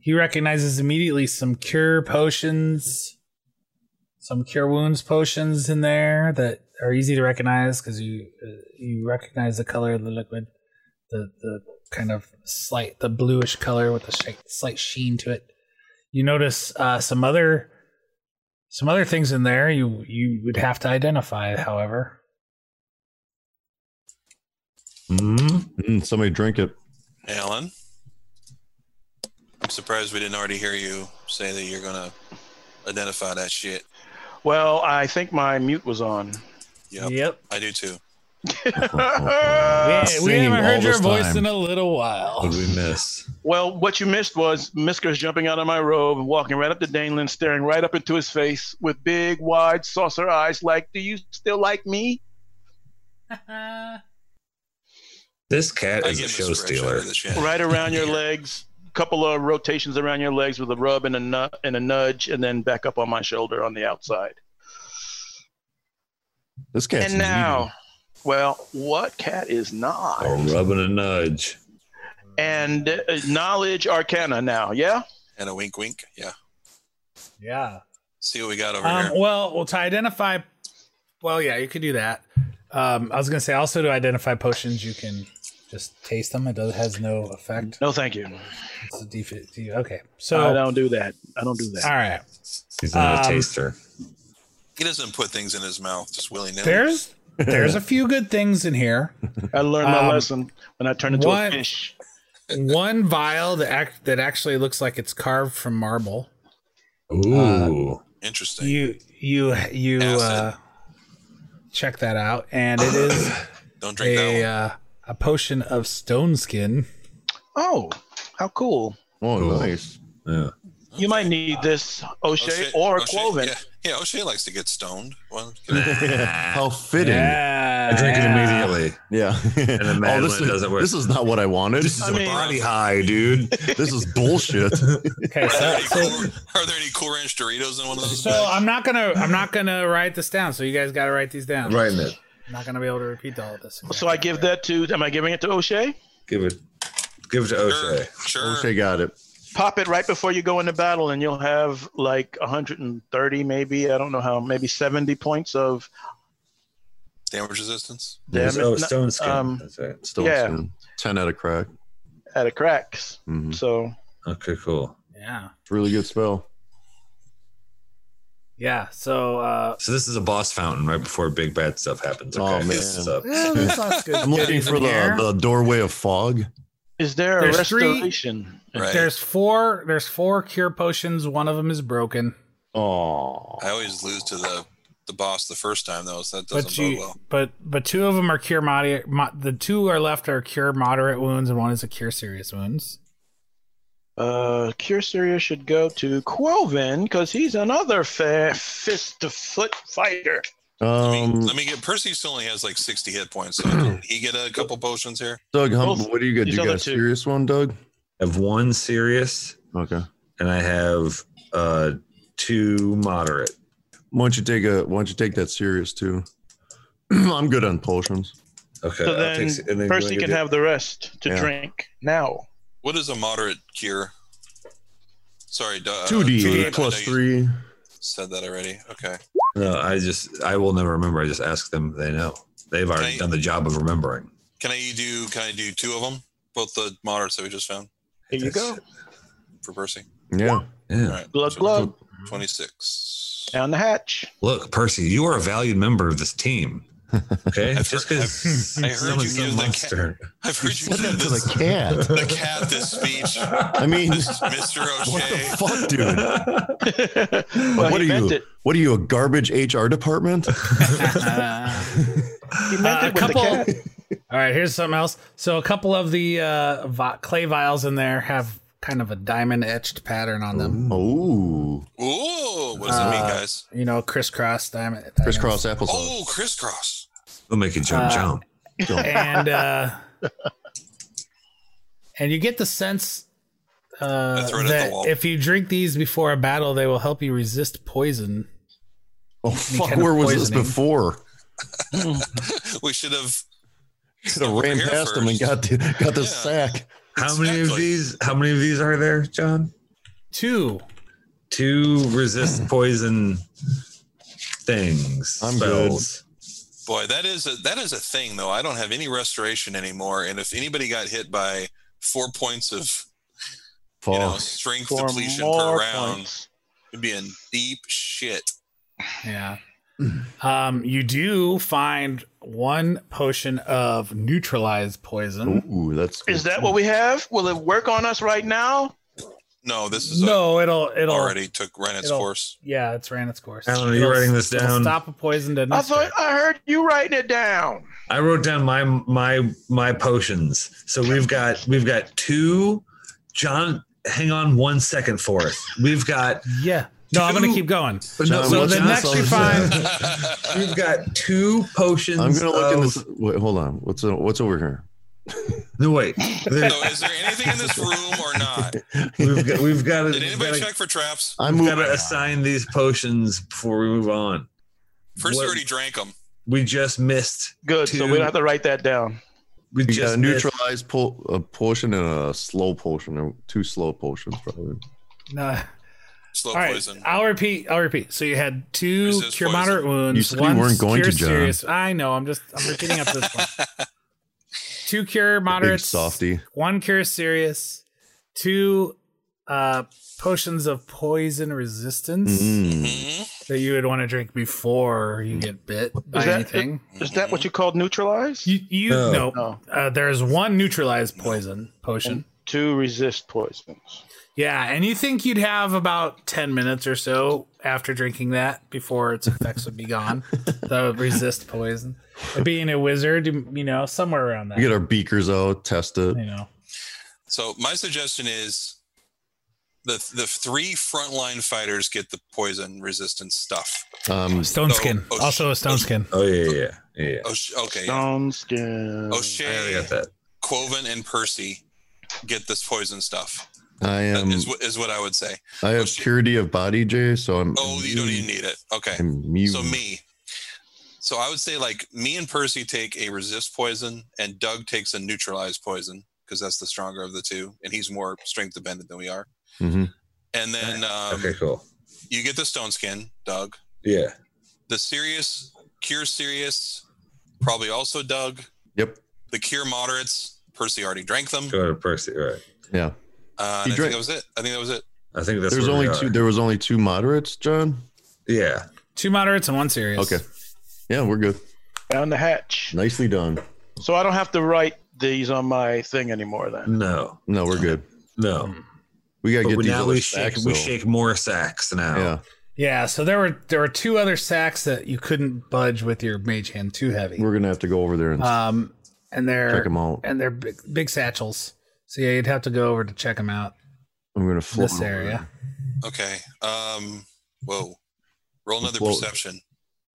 he recognizes immediately some cure potions, some cure wounds potions in there that are easy to recognize because you uh, you recognize the color of the liquid, the the kind of slight the bluish color with a sh- slight sheen to it you notice uh, some other some other things in there you you would have to identify however
Mhm.
Mm, somebody drink it.
Alan. I'm surprised we didn't already hear you say that you're gonna identify that shit.
Well, I think my mute was on.
Yep, I do too.
Yeah, we
singing
haven't
all
heard your
this
voice
time.
in a little
What
while
did we miss?
well, what you missed was Misker's jumping out of my robe and walking right up to Danelin, staring right up into his face with big, wide saucer eyes like, Do you still like me?
This cat is a
give
show
this fresh
stealer.
out of the shit.
Right around your legs, couple of rotations around your legs with a rub and a, nu- and a nudge, and then back up on my shoulder on the outside.
This cat's
and now, well, what cat is not?
A rub and a nudge.
And uh, knowledge arcana now, yeah?
And a wink, wink. Yeah.
Oh,
yeah
See what we got over
um,
here.
well well to identify well yeah you could do that um, i was gonna say also to identify potions you can just taste them it does, has no effect
No, thank you.
it's a defeat to you. okay
I
so
don't do that. I don't do
all
that.
right
He's not a
Um,
taster.
He doesn't put things in his mouth just willy nilly.
there's there's a few good things in here
I learned my
Um,
lesson when I turned into a
what-
fish.
one vial that act, that actually looks like it's carved from marble
Ooh.
Interesting.
you you you uh,
Acid.
check that out and it is
Don't drink that
a
one.
uh, a potion of stone skin
Oh, how cool.
Oh,
Cool.
nice.
yeah.
You might need this O'Shea,
O'Shea-
or
O'Shea-
Cloven.
Yeah, yeah, O'Shea likes to get stoned. Well,
Ah.
How fitting. Yeah.
yeah,
I drink it
yeah.
immediately. And then mad
this,
when it
is,
doesn't work.
this is not what I wanted.
This is
I
a
mean-
body high, dude.
this is bullshit.
okay
are, there
so,
any
so,
cool, are there any Cool Ranch Doritos in one of those?
so i'm not gonna i'm not gonna write this down so you guys gotta write these down
Right in it.
i'm not gonna be able to repeat all of this
So I give that to, am I giving it to O'Shea?
Give it give it to
Sure,
O'Shea.
sure.
O'Shea got it.
Pop it right before you go into battle, and you'll have like 130, maybe, I don't know how, maybe 70 points of
Damage resistance.
damage.
oh,
not-
stone skin.
um,
That's right.
Still
Yeah.
soon. 10 out of crack.
at a cracks.
Hmm.
Mhm.
So
Okay, cool.
yeah
It's a really good spell.
yeah so uh
So this is a boss fountain right before big bad stuff happens.
Oh,
Okay.
man.
This is up.
yeah, there's lots of good
I'm looking
goodies
for
in
the,
here.
the doorway of fog.
is there a
There's three-
restoration?
Right.
there's four there's four cure potions one of them is broken
Oh,
I always lose to the the boss the first time though, so that doesn't
but
bode
you,
well.
but but two of them are cure moderate. Mo- the two are left are cure moderate wounds, and one is a cure serious wounds.
Uh, Cure Syria should go to Quoven because he's another fa- fist to foot fighter.
Let me,
Um,
let me get Percy still only has like sixty hit points, so can he get a couple potions here.
Doug, how,
Both
what do you got? Do
these
you got
other
a
two.
serious one, Doug?
I have one serious
Okay.
and I have uh two moderate.
Why don't you take a? Why don't you take that serious too? I'm good on potions.
Okay.
So
I'll
then
take- and you
Percy
wanna
can
do-
have the rest to
Yeah.
drink now.
What is a moderate cure? Sorry, duh,
Uh,
uh,
Two D
I
plus
know you
three.
Said that already. Okay.
No, I just I will never remember. I just ask them. They know. They've already
I-
done the job of remembering.
Can I do? Can I do two of them? Both the moderates that we just found
There you go.
for Percy.
Yeah.
All
Yeah.
right.
Glug, glug.
Twenty six.
Down the hatch.
Look, Percy, you are a valued member of this team. Okay.
I've
just
heard-
because
I've- I heard you give the cat- I've heard you, do
To
this.
the cat.
The cat. This speech,
I mean,
Mister
what the
O'Shea.
fuck, dude?
well,
what
he
are
meant
you?
it.
What are you, a garbage HR department?
Uh,
He meant
a
it with the
couple-
cat.
All right, here's something else. So a couple of the uh, vi- clay vials in there have kind of a diamond etched pattern on them.
Oh,
Ooh, what does that mean,
Uh,
guys?
You know, crisscross diamond. diamonds.
crisscross applesauce.
Oh, crisscross.
They'll make you jump,
Uh,
jump.
and uh, and you get the sense uh,
I throw it at the
that
wall.
if you drink these before a battle, they will help you resist poison.
Oh, fuck,
kind of
where was this
poisoning.
before?
We should have.
Should have
over
ran
here
past him and
first.
got the, got the
Yeah.
sack.
How many of
exactly.
these? How many of these are there, John?
Two.
Two resist poison things.
I'm
spells.
Boy, that is a that is a thing though. I don't have any restoration anymore, and if anybody got hit by four points of
Fuck.
you
Oh.
know strength
For
depletion per
more
round,
points.
it'd be in deep shit.
Yeah. Um, you do find one potion of neutralized poison.
Ooh, that's
Is that what we have? Will it work on us right now?
No, this is a,
No, it'll it'll
already took ran its
it'll-
course.
Yeah, it's ran its course.
Alan, are you
It'll-
writing this
it'll
down?
Stop a poison to
I
not
thought I heard you writing it down.
I wrote down my my my potions. So we've got we've got two. John, hang on one second for us. We've got
Yeah. No, I'm gonna
Two-
keep
John,
going. so
what's this
the next you
other
find
shit?
we've got two potions.
I'm gonna look in
of-
this. Wait, hold on. What's what's over here?
No wait. There-
So, is there anything in this room or not?
we've got we've got
Did anybody
to
check for traps?
I'm
we've got
moving.
to assign these potions before we move on.
First,
What-
we already drank them.
We just missed.
Good. So we
Two.
don't have to write that down.
We
You got
just
a
missed-
neutralized po- a potion and a slow potion, or two slow potions probably.
no.
Slow
All right,
poison.
I'll repeat. I'll repeat. So you had two
Resist
cure
poison.
moderate wounds.
You said you
one
weren't going
cure
to, John.
serious. I know. I'm just. I'm repeating up this one. Two cure
Big
moderates.
softy.
One cure serious. Two uh, potions of poison resistance
Mm.
Mhm.
that you would want to drink before you get bit by
Is that-
anything.
Is that what you called neutralize?
You, you
No.
no.
No.
Uh, there's one neutralized poison potion.
To resist poisons.
Yeah, and you think you'd have about 10 minutes or so after drinking that before its effects would be gone. that would resist poison. And Being a wizard, you you know, somewhere around that.
We get our beakers out, test it.
you know.
So my suggestion is the the three frontline fighters get the poison resistant stuff.
Um,
Stone
No,
skin.
oh, sh-
also a stone
oh,
skin.
Oh yeah, yeah, yeah. yeah.
Oh, sh- okay. yeah.
Stone skin.
I already
O'Shea,
got that.
Quoven, and Percy get this poison stuff.
I
That
am.
Um,
is what is what I would say.
I have
shit.
purity of body, Jay. So I'm.
Oh, you don't even need it. Okay.
I'm mutant.
So me. So I would say like me and Percy take a resist poison, and Doug takes a neutralized poison because that's the stronger of the two, and he's more strength dependent than we are.
Mhm.
And then um,
Okay, cool.
you get the stone skin, Doug.
Yeah.
The serious cure serious, probably also Doug.
Yep.
The cure moderates, Percy already drank them.
Go to Percy. Right.
Yeah. He
Uh, and I think
drank-
that was it. I think that was it.
I think that's
There's
where we
only
are.
two. There was only two moderates, John.
Yeah.
Two moderates and one serious.
Okay. Yeah, we're good.
Down the hatch.
Nicely done.
So I don't have to write these on my thing anymore then.
No.
No, we're good.
No.
We gotta
But
get
we-
these
now
other
we shake.
stacks,
we
though.
shake more sacks now.
Yeah.
Yeah, so there were there were two other sacks that you couldn't budge with your mage hand too heavy.
We're gonna have to go over there and
Uh,
Um
check
and they're
them out.
and they're big, big satchels. So yeah, you'd have to go over to check them out.
I'm gonna float
this
over
area.
Okay. Um. Whoa. Roll another
Well-
perception.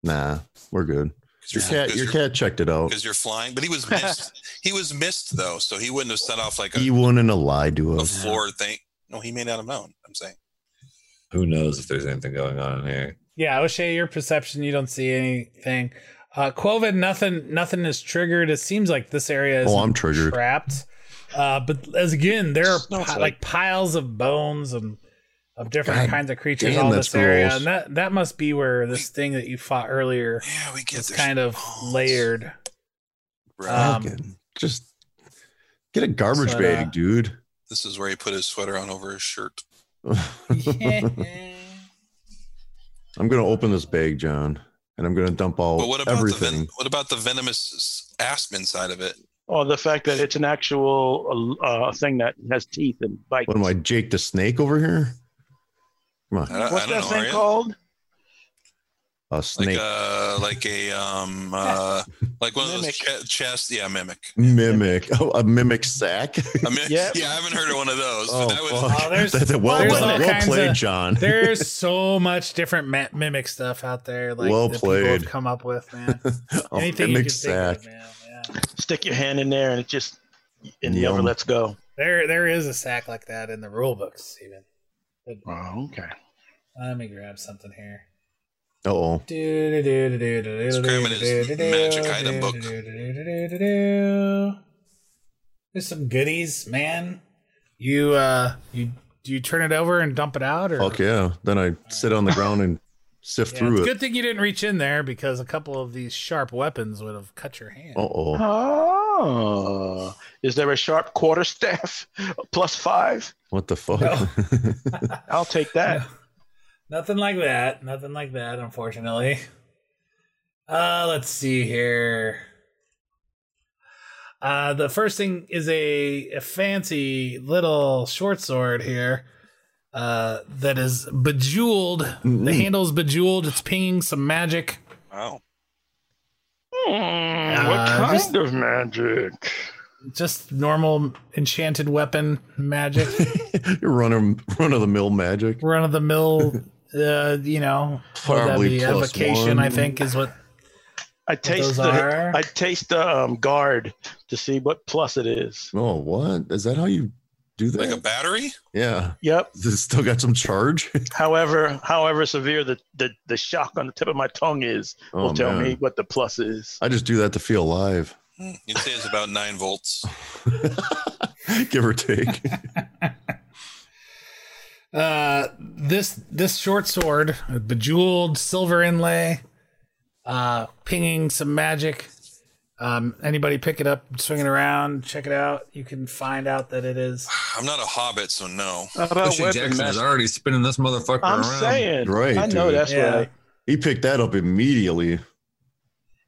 there. Nah, we're good. Your cat, your cat checked it out.
Because you're flying, but he was missed. he was missed though, so he wouldn't have set off like
He
a,
wouldn't have lied to
a
us.
floor thing. No, he may not have known. I'm saying.
Who knows if there's anything going on in here?
Yeah, O'Shea, your perception, you don't see anything. Uh Quoven, nothing nothing is triggered. It seems like this area is
Oh, I'm triggered.
trapped. Uh but as again, there are
Smells
pi-
like-
like piles of bones and of different
God
kinds of creatures
damn,
all
that's
this area.
gross.
And that that must be where this thing that you fought earlier
Yeah, we get
is
this
kind of
bones.
layered.
Right.
um,
Fucking- Just get a garbage
so, uh,
bag, dude.
this is where he put his sweater on over his shirt.
I'm gonna open this bag, John, and I'm gonna dump all
But what about the
Oh, everything.
ven- what about the venomous s- asp inside of it?
Or the fact that it's an actual uh, uh, thing that has teeth and bites.
what am I, Jake the Snake over here? Come on,
I don't,
What's
I don't
that
know.
thing
are you?
called?
a
Like uh,
snake.
a like a um uh Like one
Mimic.
of those ch- chest, yeah, mimic.
Mimic. Oh, a mimic sack.
I mean,
Yep.
yeah, I haven't heard of one of those.
Oh,
but that was
fuck.
Oh, there's-
That's a- well,
there's
well,
all
well
kinds
played,
of-
John.
There's so much different ma- mimic stuff out there. Like
Well
that people have
played.
come up with man.
A
Anything you
mimic
can
sack.
think of, man. Yeah.
Stick your hand in there and it just it never
Yum.
lets go.
There, there is a sack like that in the rule books. Even
Oh, okay.
let me grab something here.
Oh,
Screaming
his magic item book.
There's some goodies, man. You uh, you do you turn it over and dump it out, or
fuck yeah. Then I sit on the ground and sift
Yeah, it's
through
a
it.
good thing you didn't reach in there because a couple of these sharp weapons would have cut your hand.
Uh oh.
Oh, is there a sharp quarter staff plus five?
What the fuck?
No.
I'll take that.
Nothing like that. Nothing like that, unfortunately. Uh, let's see here. Uh, the first thing is a, a fancy little short sword here. Uh, that is bejeweled. The handle's bejeweled. It's pinging some magic.
wow.
Hmm,
Uh,
what
just-
kind of magic?
Just normal enchanted weapon magic.
You're running run of the mill magic.
Run of the mill. Uh, you know,
Probably
the
plus
evocation.
one.
I think is what
I taste
those
the
are.
I taste the um, guard to see what plus it is.
Oh, what? Is that how you do that?
Like a battery?
yeah.
Yep.
Does it still got some charge?
However, however severe the, the, the shock on the tip of my tongue is,
Oh,
will tell
man.
me what the plus is.
I just do that to feel alive,
Hmm, You'd say it's about nine volts.
give or take.
Uh, this this short sword, a bejeweled silver inlay, uh, pinging some magic. Um, anybody pick it up, swing it around, check it out. You can find out that it is.
I'm not a hobbit, so no.
How about
Bushie
Oh, weapon
Jackson is
master?
already spinning this motherfucker
I'm
around.
saying,
Right,
I know
dude.
that's
Yeah.
right.
he picked that up immediately.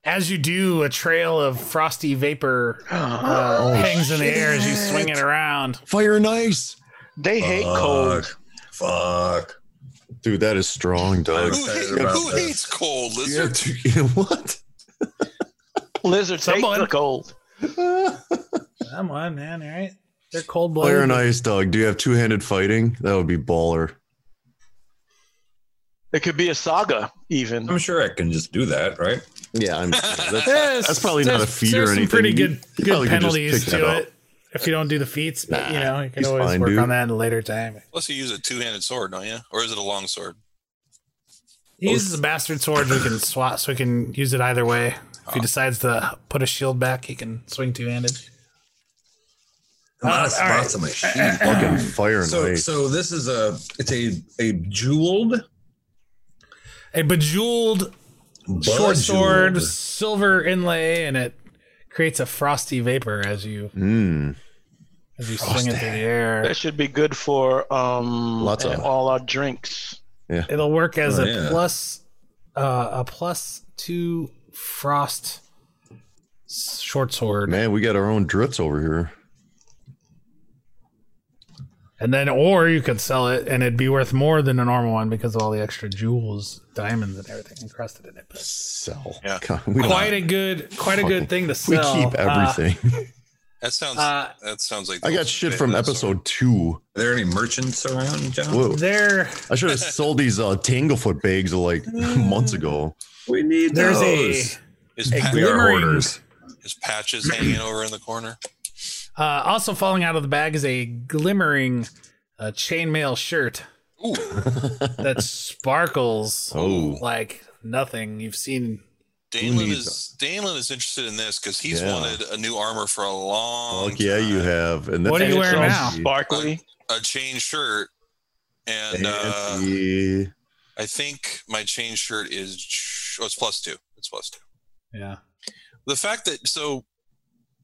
As you do, a trail of frosty vapor uh,
Oh,
hangs in the air as you
shit.
swing it around.
Fire and ice.
They hate cold.
Fuck.
Dude, that is strong,
Who,
Doug.
excited
hate-
about
who
this.
hates cold
Yeah,
lizard?
dude, what?
Lizards
Someone-
hate the cold.
Come on, man. All right. They're cold
Fire and
blooded.
ice, Doug. Do you have two handed fighting? That would be baller.
It could be a saga, even.
I'm sure I can just do that, right?
Yeah, I'm that's,
There's-
that's probably not a
there's-
feat or
there's some
anything.
pretty
You-
good,
you
good
probably could just
penalties
pick
to
that up.
it if you don't do the feats, but you know, you can
he's
always
fine,
work
dude.
on that at a later time.
Plus, you use a two-handed sword, don't you? Or is it a long sword?
He uses a bastard sword. We can swat, so we can use it either way. If he decides to put a shield back, he can swing two handed.
A lot of
Uh, all right.
spots on my sheet.
Fucking fire and
So,
ice.
so this is a it's a a jeweled
A bejeweled short sword, silver inlay, and it creates a frosty vapor as you
Mm.
as you swing it through the air.
That should be good for um
Lots of-
all our drinks.
It'll work as
Oh,
a
yeah.
plus uh, a plus two frost s- short sword,
Man, we got our own dritz over here.
and then or you could sell it and it'd be worth more than a normal one because of all the extra jewels, diamonds, and everything encrusted in it. But
Sell.
Yeah.
God, we, don't-
quite a good quite a good thing to
we
sell.
keep
Uh,
everything.
That sounds.
Uh,
that sounds like.
Ah. I
the
got shit from
ultimate
episode two.
Are there any merchants around, John?
Whoa.
there,
I should have sold these uh, Tanglefoot bags like months ago.
We need
there's
those.
His,
a
pa-
We are
glimmering.
orders.
his patches hanging over in the corner.
a uh, also falling out of the bag is a glimmering uh, chainmail shirt
Ooh,
that sparkles
Oh.
like nothing you've seen.
Danelin
needs
is Danelin is interested in this because he's
Yeah.
wanted a new armor for a long.
Oh, Fuck yeah,
time.
you have. And
What are
that's
you wearing now?
fancy.
Sparkly.
a chain shirt, and uh,
Fancy.
I think my chain shirt is. Oh, it's plus two. It's plus two.
Yeah,
the fact that so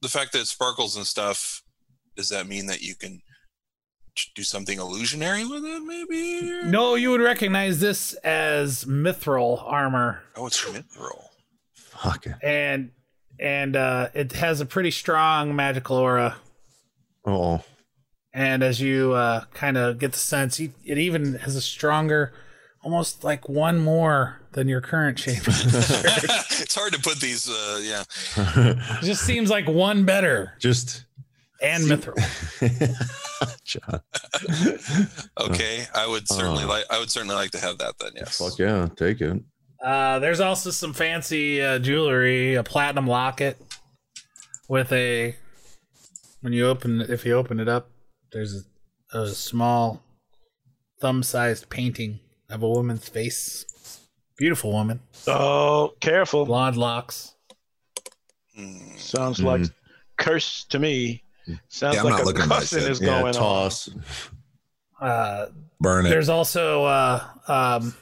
the fact that it sparkles and stuff does that mean that you can ch- do something illusionary with it maybe or-
no, you would recognize this as mithril armor,
oh it's mithril
Fuck.
and and uh, it has a pretty strong magical aura.
Oh,
and as you uh, kind of get the sense, you- it even has a stronger, almost like one more than your current shape.
it's hard to put these. Uh, yeah,
It just seems like one better
Just
and mithril.
John.
okay. I would certainly
Uh.
like. I would certainly like to have that then. Yes.
Fuck yeah, take it.
Uh, there's also some fancy uh, jewelry, a platinum locket with a when you open if you open it up, there's a, a small thumb-sized painting of a woman's face. Beautiful woman,
Oh, careful.
blonde locks.
Hmm.
Sounds like curse to me. Sounds
Yeah, I'm
like
not
a
looking at my
cussing
shit.
is
yeah,
going on.
toss.
Uh,
Burn it.
There's also uh um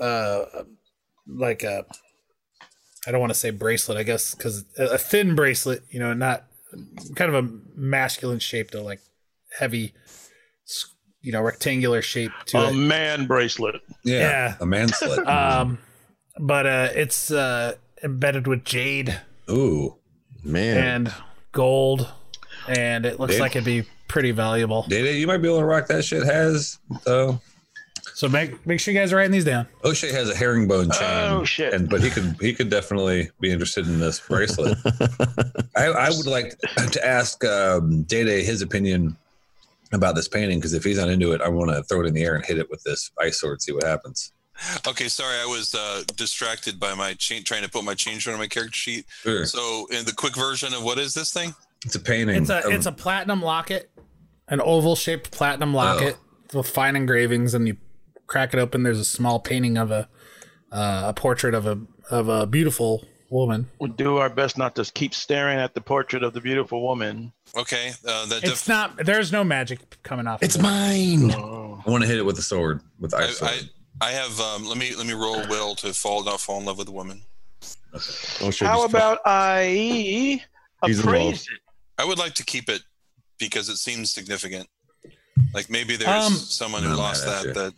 uh like a I don't want to say bracelet, I guess, because a a thin bracelet, you know, not kind of a masculine shape though, like heavy, s- you know, rectangular shape to
A
it.
man bracelet.
yeah,
yeah.
a man slit.
Um, but uh, it's uh embedded with jade
Ooh,
Man.
and gold, and it looks
Jade?
like it'd be pretty valuable.
Data, you might be able to rock that shit. Has though.
So make make sure you guys are writing these down.
O'Shea has a herringbone chain.
Oh, shit.
And but he could he could definitely be interested in this bracelet. I, I would like to ask um, Day Day his opinion about this painting because if he's not into it, I want to throw it in the air and hit it with this ice sword. See what happens.
Okay, sorry, I was uh, distracted by my cha- trying to put my change on my character sheet.
Sure.
So, in the quick version of what is this thing?
It's a painting.
It's a
of-
it's a platinum locket, an oval shaped platinum locket with fine engravings, and you crack it open. There's a small painting of a uh, a portrait of a of a beautiful woman.
We'll do our best not to keep staring at the portrait of the beautiful woman.
Okay, uh, that
It's
def-
not. There's no magic coming off.
It's
of it.
mine.
Oh.
I want to hit it with a sword with the
I,
ice
I
sword.
I have. Um, let me let me roll will to fall not fall in love with a woman.
Oh, shit,
How
just-
about I
He's
appraise it?
I would like to keep it because it seems significant. Like maybe there's
Um,
someone who
No,
lost
that's
that.
it.
That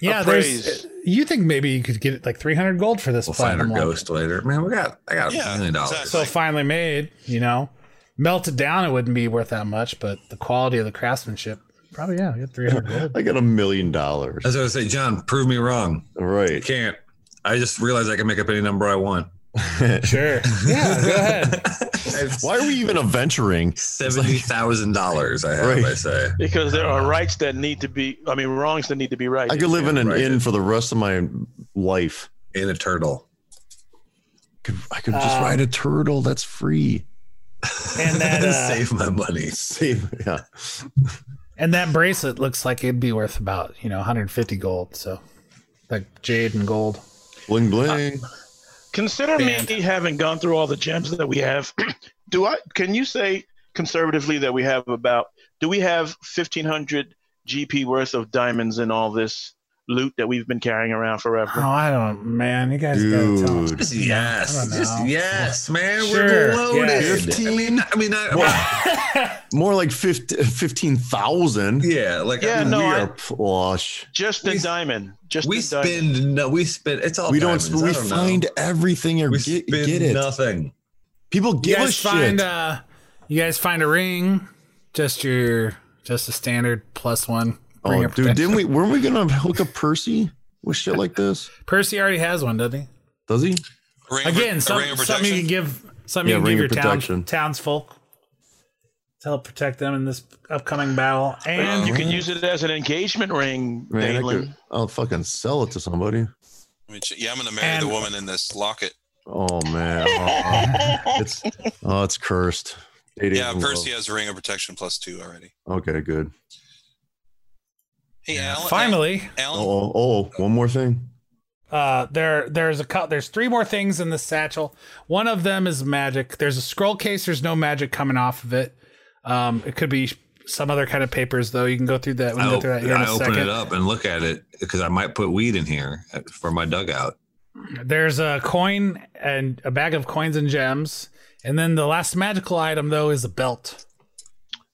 Yeah,
appraised.
there's. You think maybe you could get it like 300 gold for this
We'll find our
platinum locket.
ghost later. Man, we got I got
Yeah,
a million dollars.
exactly.
So finally made, you know, melted down. It wouldn't be worth that much, but the quality of the craftsmanship, probably yeah, you had 300 gold.
I got a million dollars.
That's what I was gonna say, John. Prove me wrong.
All
I
right.
can't. I just realized I can make up any number I want.
sure. Yeah, go ahead.
Why are we even adventuring?
Seventy thousand dollars. I have.
Right.
I say.
Because there are rights that need to be, I mean, wrongs that need to be right.
I could live in an
Right.
inn for the rest of my life.
in a turtle.
Could, I could just
Um,
ride a turtle. That's free.
And that uh,
Save my money.
Save. Yeah.
And that bracelet looks like it'd be worth about, you know, 150 gold. So, like jade and gold.
Bling bling.
Consider
Banned.
me having gone through all the gems that we have. do I? Can you say conservatively that we have about? Do we have fifteen hundred GP worth of diamonds in all this loot that we've been carrying around forever?
Uh,
Oh, I don't, man. You guys gotta tell
Dude.
us.
Just yes,
know.
just yes, man.
Sure,
We're loaded.
yes.
I mean, I mean, I,
More like 50 15,000.
yeah, like I
Yeah,
mean,
no,
we
I-
are plush.
Just in
We-
diamond. Just
we
in diamond.
spend no, we spend. It's all
We don't.
diamonds. I
we
don't know.
find everything or
we
get,
spend
get it.
nothing.
People
You
give us
guys
shit.
find, uh, you guys find a ring, just your, just a standard plus one. ring
oh,
of
dude,
protection.
didn't we? Weren't we gonna hook up Percy with shit like this?
Percy already has one, doesn't he?
Does he?
ring of-
Again,
a
some,
ring of
something you
protection?
can give, something
Yeah,
you can
ring
give your
of
town,
protection.
townsfolk to help protect them in this upcoming battle. And
You can use it as an engagement ring,
Man, I
Dalen.
could, I'll fucking sell it to somebody.
Let me ch- yeah, I'm gonna marry
And-
the woman in this locket.
Oh man, Oh, it's oh, it's cursed. It
Yeah,
is
Percy
low.
has a ring of protection plus two already.
Okay, good.
Hey, Alan.
finally,
Alan.
Oh, oh, oh, one more thing.
Uh, there, there's a cou- there's three more things in this satchel. One of them is magic. There's a scroll case. There's no magic coming off of it. Um, it could be some other kind of papers though. You can go through that. We
I,
can go
op-
through that here in
I
a
open
second.
it up and look at it because I might put weed in here uh, for my dugout.
There's a coin and a bag of coins and gems. And then the last magical item though is a belt.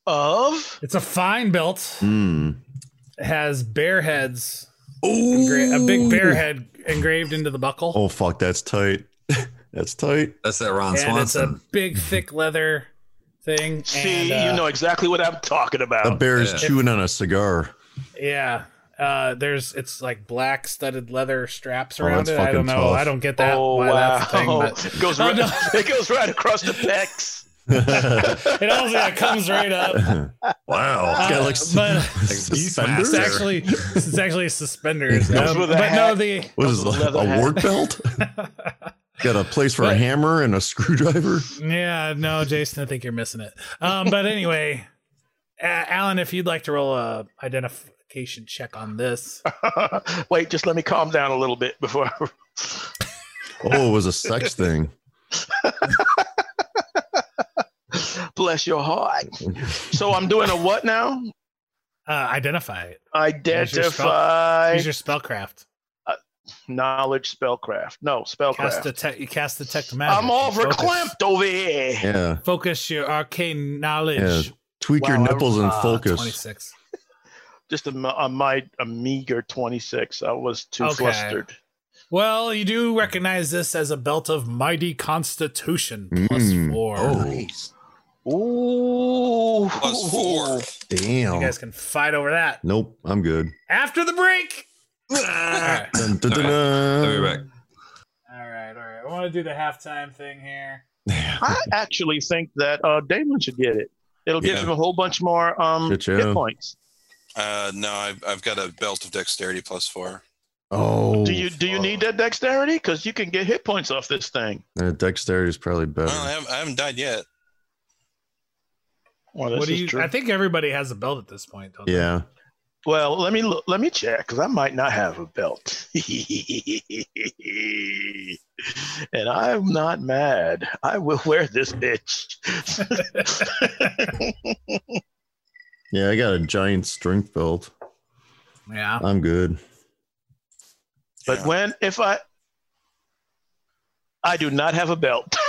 Of
It's a fine belt.
Hmm.
It has bear heads. Engra- a big bear head engraved into the buckle.
Oh fuck, that's tight. that's tight.
That's that
and
Ron
it's a
Swanson.
big thick leather thing. and,
see,
uh,
you know exactly what I'm talking
A
about.
bear is
yeah.
chewing on a cigar.
Yeah. Uh, there's it's like black studded leather straps
Oh,
around
that's
it. I don't
fucking
know.
tough.
I don't get that.
Oh,
why that's a thing, but
goes
Oh,
right,
no.
it goes right across the pecs.
it almost yeah, it comes right up.
Ah,
Wow.
Uh, but-
suspenders?
It's actually it's actually suspenders.
Goes
Um,
with a
but no,
hat.
the
What is
Those
it,
leather
a
hat.
wart belt? Got a place for a
But-
hammer and a screwdriver?
yeah, no, Jason, I think you're missing it. Um, but anyway, A- Alan, if you'd like to roll a identification check on this, uh,
Wait, just let me calm down a little bit before. I...
Oh, it was a sex thing.
Bless your heart. So I'm doing a what now?
uh, identify it.
Identify
Use your spellcraft.
knowledge spellcraft. No
Cast
spellcraft.
detect. You cast detect magic.
I'm all
Focus-
reclamped over here.
Yeah.
Focus your arcane knowledge.
Yeah. Tweak your
Wow, I-
nipples and
Ah,
focus.
26.
Just a, mi- a, my, a meager 26. I was too
Okay.
flustered.
Well, you do recognize this as a belt of mighty constitution plus
Mm.
four.
Oh.
Ooh.
Oh.
Oh.
Plus four.
You
Damn.
guys can fight over that
Nope, I'm good.
after the break. All right.
Dun, dun, dun, dun.
I'll be back.
All right, all right. I want to do the halftime thing here.
I actually think that uh, Damon should get it. It'll give
Yeah.
him a whole bunch more um,
Good
hit
job.
points.
Uh, no, I've, I've got a belt of dexterity plus four.
Oh,
Do you do you need that dexterity? Because you can get hit points off this thing.
Uh, dexterity is probably better.
Well, I, haven't, I haven't died yet.
Well, this
what do
is
you?
true.
I think everybody has a belt at this point. Don't They?
yeah.
well, let me look, let me check because I might not have a belt, and I'm not mad. I will wear this bitch.
Yeah, I got a giant strength belt.
Yeah.
I'm good.
but
Yeah.
when if I I do not have a belt.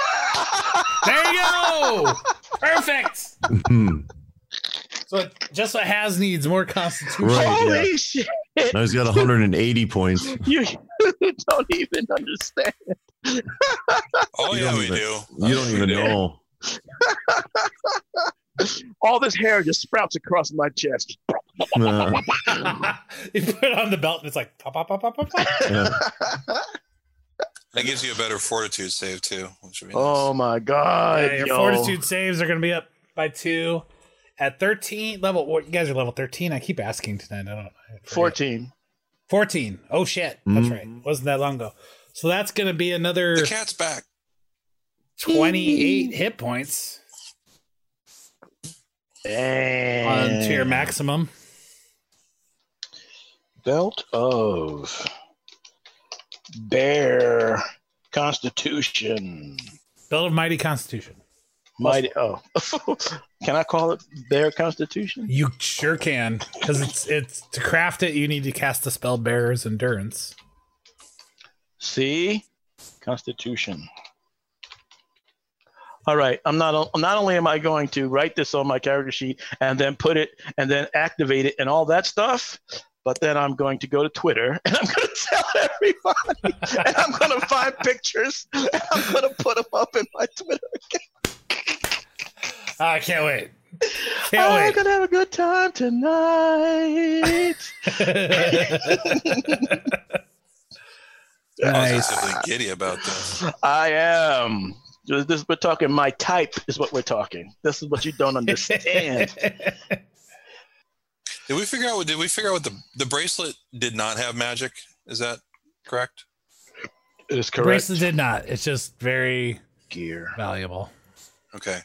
There you go. Perfect.
Mhm.
So it- just what has needs more constitution.
Right, yeah.
Holy shit!
now he's got 180 points.
You, you don't even understand.
Oh,
You
yeah,
don't
we
even-
do.
You don't even know.
All this hair just sprouts across my chest.
Uh,
you put on the belt and it's like pop, pop, pop, pop, pop, pop.
yeah.
That gives you a better fortitude save, too, which would be nice.
Oh my god!
Yeah, your
yo.
fortitude saves are going to be up by two. At 13, level, what, you guys are level 13? I keep asking tonight. I don't know.
14.
14. Oh, shit. That's right. Wasn't that long ago. So that's going to be another
The cat's back.
28 hit points on
Damn.
to your maximum.
Belt of bear constitution.
Belt of Mighty Constitution.
Mighty. Oh, can I call it bear constitution?
You sure can, because it's it's to craft it. You need to cast the spell Bearer's Endurance.
See, constitution. All right. I'm not. Not only am I going to write this on my character sheet and then put it and then activate it and all that stuff, but then I'm going to go to Twitter and I'm going to tell everybody and I'm going to find pictures and I'm going to put them up in my Twitter.
Ah, I can't wait.
I'm
Can't
going to have a good time tonight.
wait.
Positively giddy about this.
I am. This, this we're talking. My type is what we're talking. This is what you don't understand.
Did we figure out what, did we figure out what the, the bracelet did not have magic? Is that correct?
it is
Bracelet did not. It's just very
Gear.
valuable.
Okay.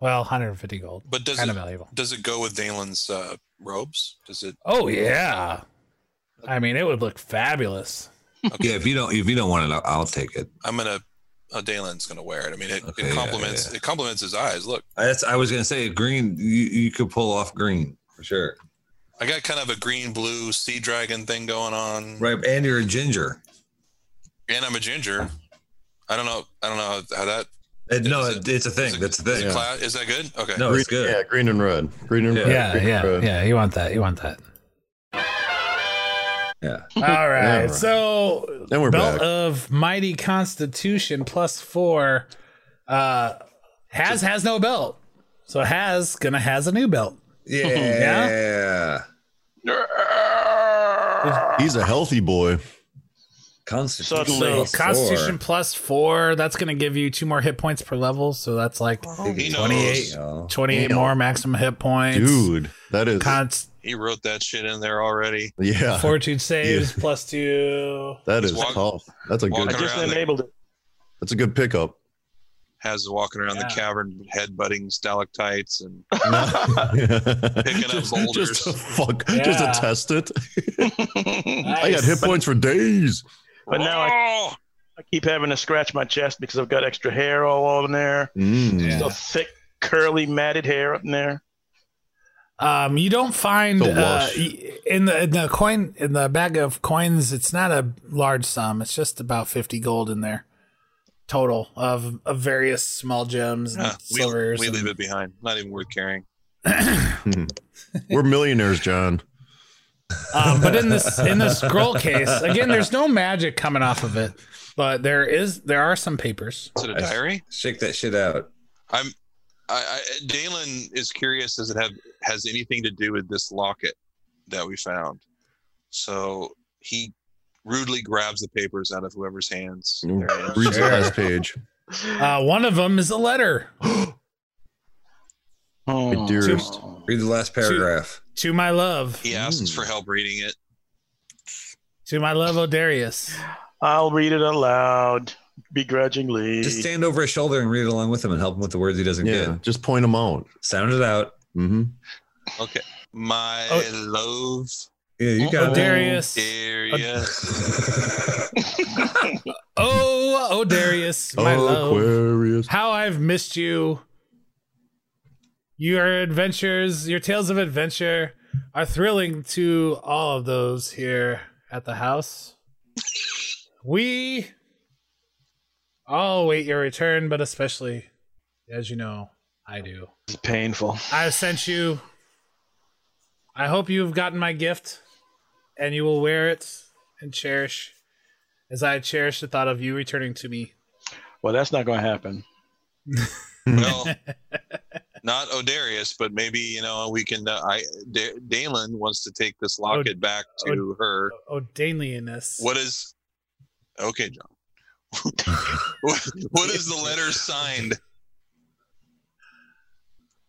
Well, 150 gold.
But does
Kind
it,
of valuable.
does it go with Dalen's uh, robes? Does it?
Oh yeah. I mean, it would look fabulous.
Okay.
Yeah, if you don't if you don't want it, I'll, I'll take it.
I'm gonna. Oh, Dalen's gonna wear it. I mean, it,
Okay, yeah,
it complements
yeah.
it complements his eyes. Look,
That's I was gonna say green. You, you could pull off green for sure,
I got kind of a green blue sea dragon thing going on,
right? And you're a ginger.
and I'm a ginger. I don't know. I don't know how that
Uh, no,
Is it-
it, it's a thing.
is it-
That's a
is
thing.
it cla- is that good? Okay.
No,
Green,
it's good.
yeah, green and red. Green and
Yeah.
red.
Yeah,
green and
yeah,
red.
yeah. You want that. You want that.
Yeah.
All right.
All right.
So
Then we're
belt
back.
of mighty constitution plus four. Uh, has has no belt. So has gonna has a new belt.
Yeah.
Yeah.
He's a healthy boy.
Constitution.
Suddenly.
four.
Constitution plus four. That's going to give you two more hit points per level. So that's like
Oh.
He knows.
28.
28 more maximum hit points.
Dude, that is.
Const-
He wrote that shit in there already.
yeah.
fortitude saves plus two.
That
He's
is
walk-
tough. That's a
walking
I
good.
around.
just
Around the-
enabled it.
That's a good pickup.
Has walking around
Yeah.
the cavern, headbutting stalactites, and
Picking
up boulders.
Just to fuck. Just
Yeah.
to test it. I
Nice.
got hit points for days.
But now I,
oh,
I keep having to scratch my chest because I've got extra hair all on there.
Mm.
Yeah.
So thick, curly, matted hair up in there.
Um, you don't find
The
uh,
wash.
y- in the in the coin in the bag of coins. It's not a large sum. It's just about fifty gold in there total of of various small gems and
huh, Ah, we,
silvers.
we
and-
leave it behind. Not even worth carrying.
We're millionaires, John.
Um, but in this in the scroll case, again, there's no magic coming off of it, but there is there are some papers.
Is it a
Nice.
diary?
Shake that shit out.
I'm. I, I Dalen is curious. Does it have has anything to do with this locket that we found? So he rudely grabs the papers out of whoever's hands.
Reads the last page.
Uh, one of them is a letter
Oh.
dearest.
Read the last paragraph.
to my love,
He asks
Mm.
for help reading it.
to my love, Odarius.
I'll read it aloud begrudgingly.
Just stand over his shoulder and read along with him and help him with the words he doesn't
Yeah,
get.
just point them out.
Sound it out.
Mm-hmm.
Okay, my love,
Yeah, you
Oh,
oh,
got it.
Odarius.
area.
Oh, Odarius, my love.
Aquarius.
how I've missed you. Your adventures, your tales of adventure are thrilling to all of those here at the house. We all wait your return, but especially, as you know, I do.
It's painful.
I've sent you. I hope you've gotten my gift and you will wear it and cherish as I cherish the thought of you returning to me.
Well, that's not going to happen.
well, not Odarius, but maybe you know we can. Uh, I da- Dalen wants to take this locket back to her.
Oh, Daneliness.
What is? Okay, John. what, what is the letter signed?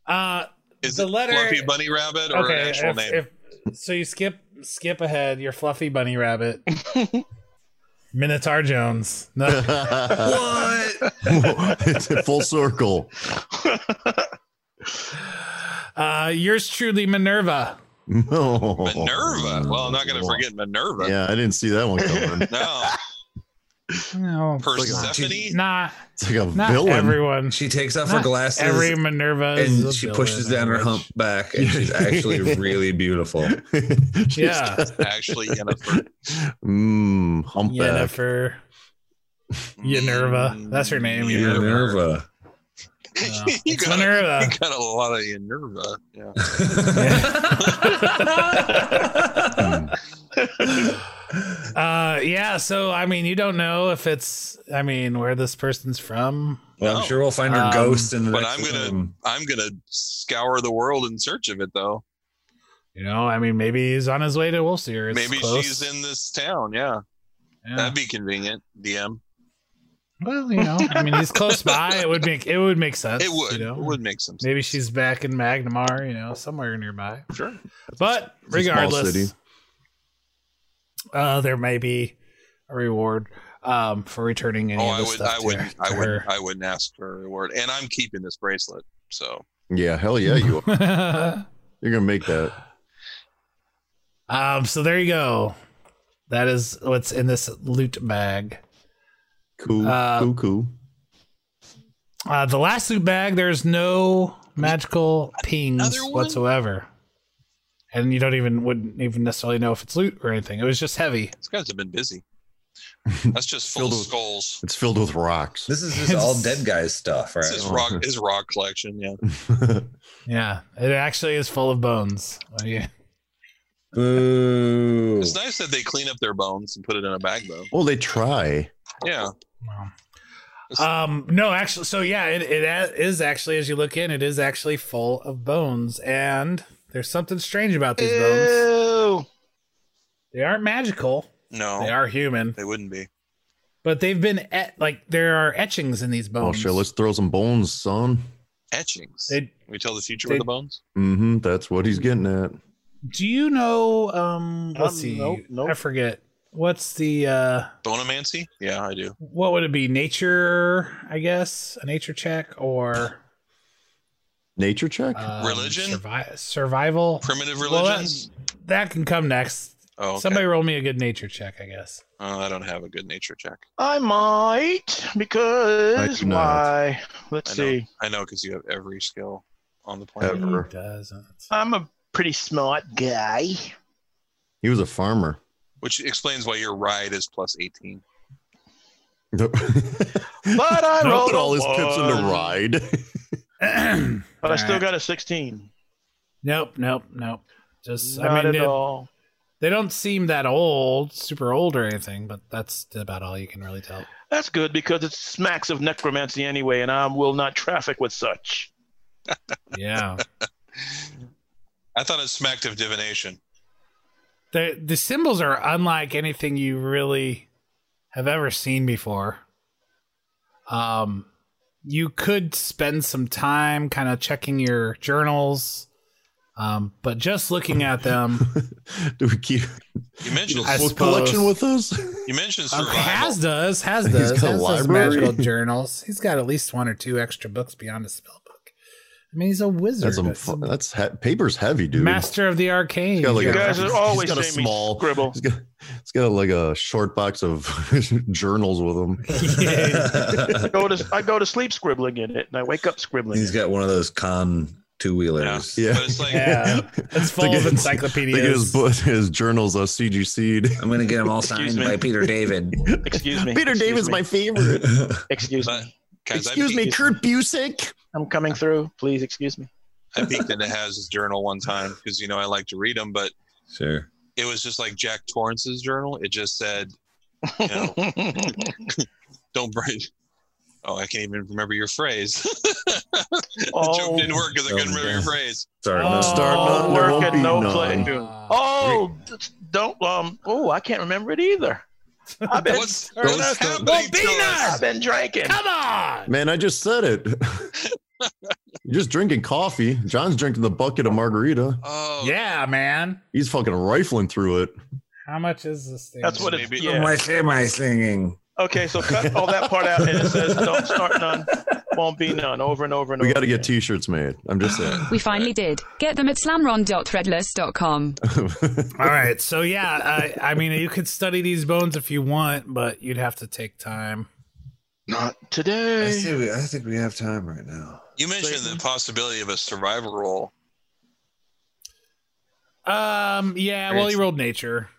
Uh,
Is
The
it
letter-
Fluffy Bunny Rabbit or an
okay.
actual
if-
name?
if- so you skip skip ahead. Your fluffy bunny rabbit, Minotaur Jones. No,
What?
it's a full circle.
uh, yours truly, Minerva.
No.
Minerva. Well, I'm not going to forget Minerva.
Yeah, I didn't see that one coming.
No,
No,
Persephone.
nah,
It's like a
not
villain.
everyone.
She takes off her
Not
glasses
Every Minerva, is a
and she pushes
villain,
down her
bitch.
hump back, and she's actually really beautiful.
She's
Yeah.
got-
Actually, Yennefer.
Mm, humpback.
Yennefer, Yenerva. That's her name.
Mm, Yenerva.
Minerva.
No,
You
it's uh,
got it.
Minerva.
You got a lot of Yenerva. Yeah.
Mm.
Uh, yeah. So I mean, you don't know if it's. I mean, where this person's from.
Well, I'm
No.
sure we'll find her
Um,
ghost in the
but
next
I'm gonna-
room.
I'm gonna scour the world in search of it, though.
You know, I mean, maybe he's on his way to Wolfseer. It's
Maybe
close.
she's in this town. Yeah.
Yeah.
that'd be convenient. DM.
Well, you know, I mean, he's close by. It would make it would make sense.
it would.
You know?
It would make some sense.
Maybe she's back in Magnamar. You know, somewhere nearby.
Sure.
But
a small city.
regardless, uh, there may be a reward um, for returning any
Oh,
of
I
this
would.
stuff
I
to-
would.
to
I would.
her.
I wouldn't ask for a reward. And I'm keeping this bracelet. So
yeah, hell yeah, you are. You're going to make that.
um, so there you go. That is what's in this loot bag.
Cool.
Uh,
cool, cool.
Uh, the last loot bag, there's no magical pings
Another one?
whatsoever, and you don't even wouldn't even necessarily know if it's loot or anything. It was just heavy.
these guys have been busy. That's just full
Filled
of
with-
skulls.
It's filled with rocks.
This is just all dead guys stuff, right?
It's his rock. His rock collection. Yeah.
Yeah, it actually is full of bones. Oh, yeah.
Boo.
It's nice that they clean up their bones and put it in a bag, though.
well, they try.
Yeah.
Um, no, actually, so yeah, it, it a- is actually as you look in, it is actually full
Eh.
of bones, and there's something strange about these bones.
Ew.
They aren't magical.
No,
Oh.
They are human,
They wouldn't be.
but they've been et- like there are etchings in these
Oh
bones.
shit, let's throw some bones, son.
Etchings.
They-
we tell the future
they-
with the bones.
Mm-hmm. That's what he's getting at.
Do you know? Um, let's
Um,
see.
nope, nope.
I forget. What's the uh,
Bonomancy? Yeah, I do.
what would it be? Nature, I guess, a nature check or
Nature check?
um,
Religion?
survi- survival.
Primitive
Well,
religions.
That can come next.
oh, okay.
Somebody roll me a good nature check, I guess.
Oh, I don't have a good nature check.
I might because
I do not.
why?
I
Let's
know.
see.
I know because you have every skill on the planet.
Ever.
He doesn't.
I'm a pretty smart guy.
He was a farmer.
Which explains why your ride is plus 18.
But
But I rolled
all
a
his tips in
one.
the ride.
But I
All
still
right.
got a 16.
Nope, nope, nope. Just
Not
I mean,
at
they,
all.
they don't seem that old, super old or anything, but that's about all you can really tell.
That's good because it smacks of necromancy anyway, and I will not traffic with such.
Yeah.
I thought it smacked of divination.
the the symbols are unlike anything you really have ever seen before. Um, you could spend some time kind of checking your journals, um, but just looking at them, um,
Do we keep
You mentioned
I
a book
suppose-
collection with us?
you mentioned
um,
survival.
Has does Has
He's
does
got a
Has does
library.
magical journals. He's got at least one or two extra books beyond his spell book. I mean, he's a wizard.
That's some.
That's
Fun.
a
That's he- paper's heavy, dude.
master of the arcane.
He's got like
You
Yeah.
guys
He's
are always
got a
saying
small-
me scribble.
It's got, it's got like a short box of journals with him.
I go, to, I go to sleep scribbling in it, and I wake up scribbling.
He's got one of those con two wheelers.
Yeah.
But it's like,
Yeah. It's
They
full
get his- They get his,
of encyclopedias.
book, his journals are CGC'd.
I'm gonna get them all
Excuse
signed
me.
by Peter David.
Excuse me.
Peter
Excuse
David's
me.
my favorite.
Excuse
But-
me.
guys, I,
Excuse me,
peeked,
Kurt Busick.
I'm coming through. Please excuse me.
I peeked into Haz's journal one time because, you know, I like to read them, but
Sure.
it was just like Jack Torrance's journal. It just said, you know, don't break. Oh, I can't even remember your phrase. the
Oh.
joke didn't work because I couldn't remember your
Oh.
phrase.
Sorry.
Oh.
Start none, there
work
won't
and
be
no
none.
play.
Uh,
Oh, d- don't. Um. Oh, I can't remember it either. I've been.
What's,
Or
what's
that's-
happening to us?
I've been drinking.
Come on.
Man, I just said it. You're just drinking coffee. John's drinking the bucket of margarita.
Oh,
Yeah, man.
He's fucking rifling through it.
How much is this thing?
That's what
it-
it's.
Maybe-
Yeah.
semi singing.
Okay, so cut all that part out, and it says don't start none, won't be none, over and over and
We
over.
got to get
again.
t-shirts made. I'm just saying.
We finally did. Get them at slamron.threadless.com.
All right. So yeah, I, I mean, you could study these bones if you want, but you'd have to take time.
Not today.
we, I think we have time right now.
You mentioned the possibility of a survival role.
Um. Yeah. Well,
Great.
you rolled nature.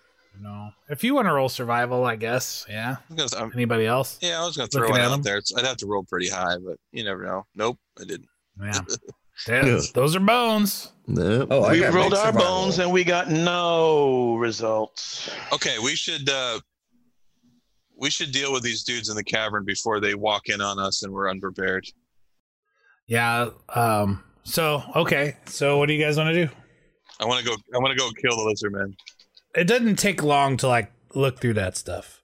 No. If you want to roll survival, I guess. Yeah.
I'm gonna- I'm-
Anybody else?
yeah, I was going to throw
Looking
it
at
out
him.
there. It's, I'd have to roll pretty high, but you never know. Nope, I didn't.
Yeah. Yeah, Those are bones.
Nope.
Oh, I
We
got
rolled
big
our
survival.
bones and we got no results.
Okay, we should uh, we should deal with these dudes in the cavern before they walk in on us and we're unprepared.
Yeah. Um. So okay. So what do you guys want to do?
I want to go. I want to go kill the lizard man.
it doesn't take long to like look through that stuff.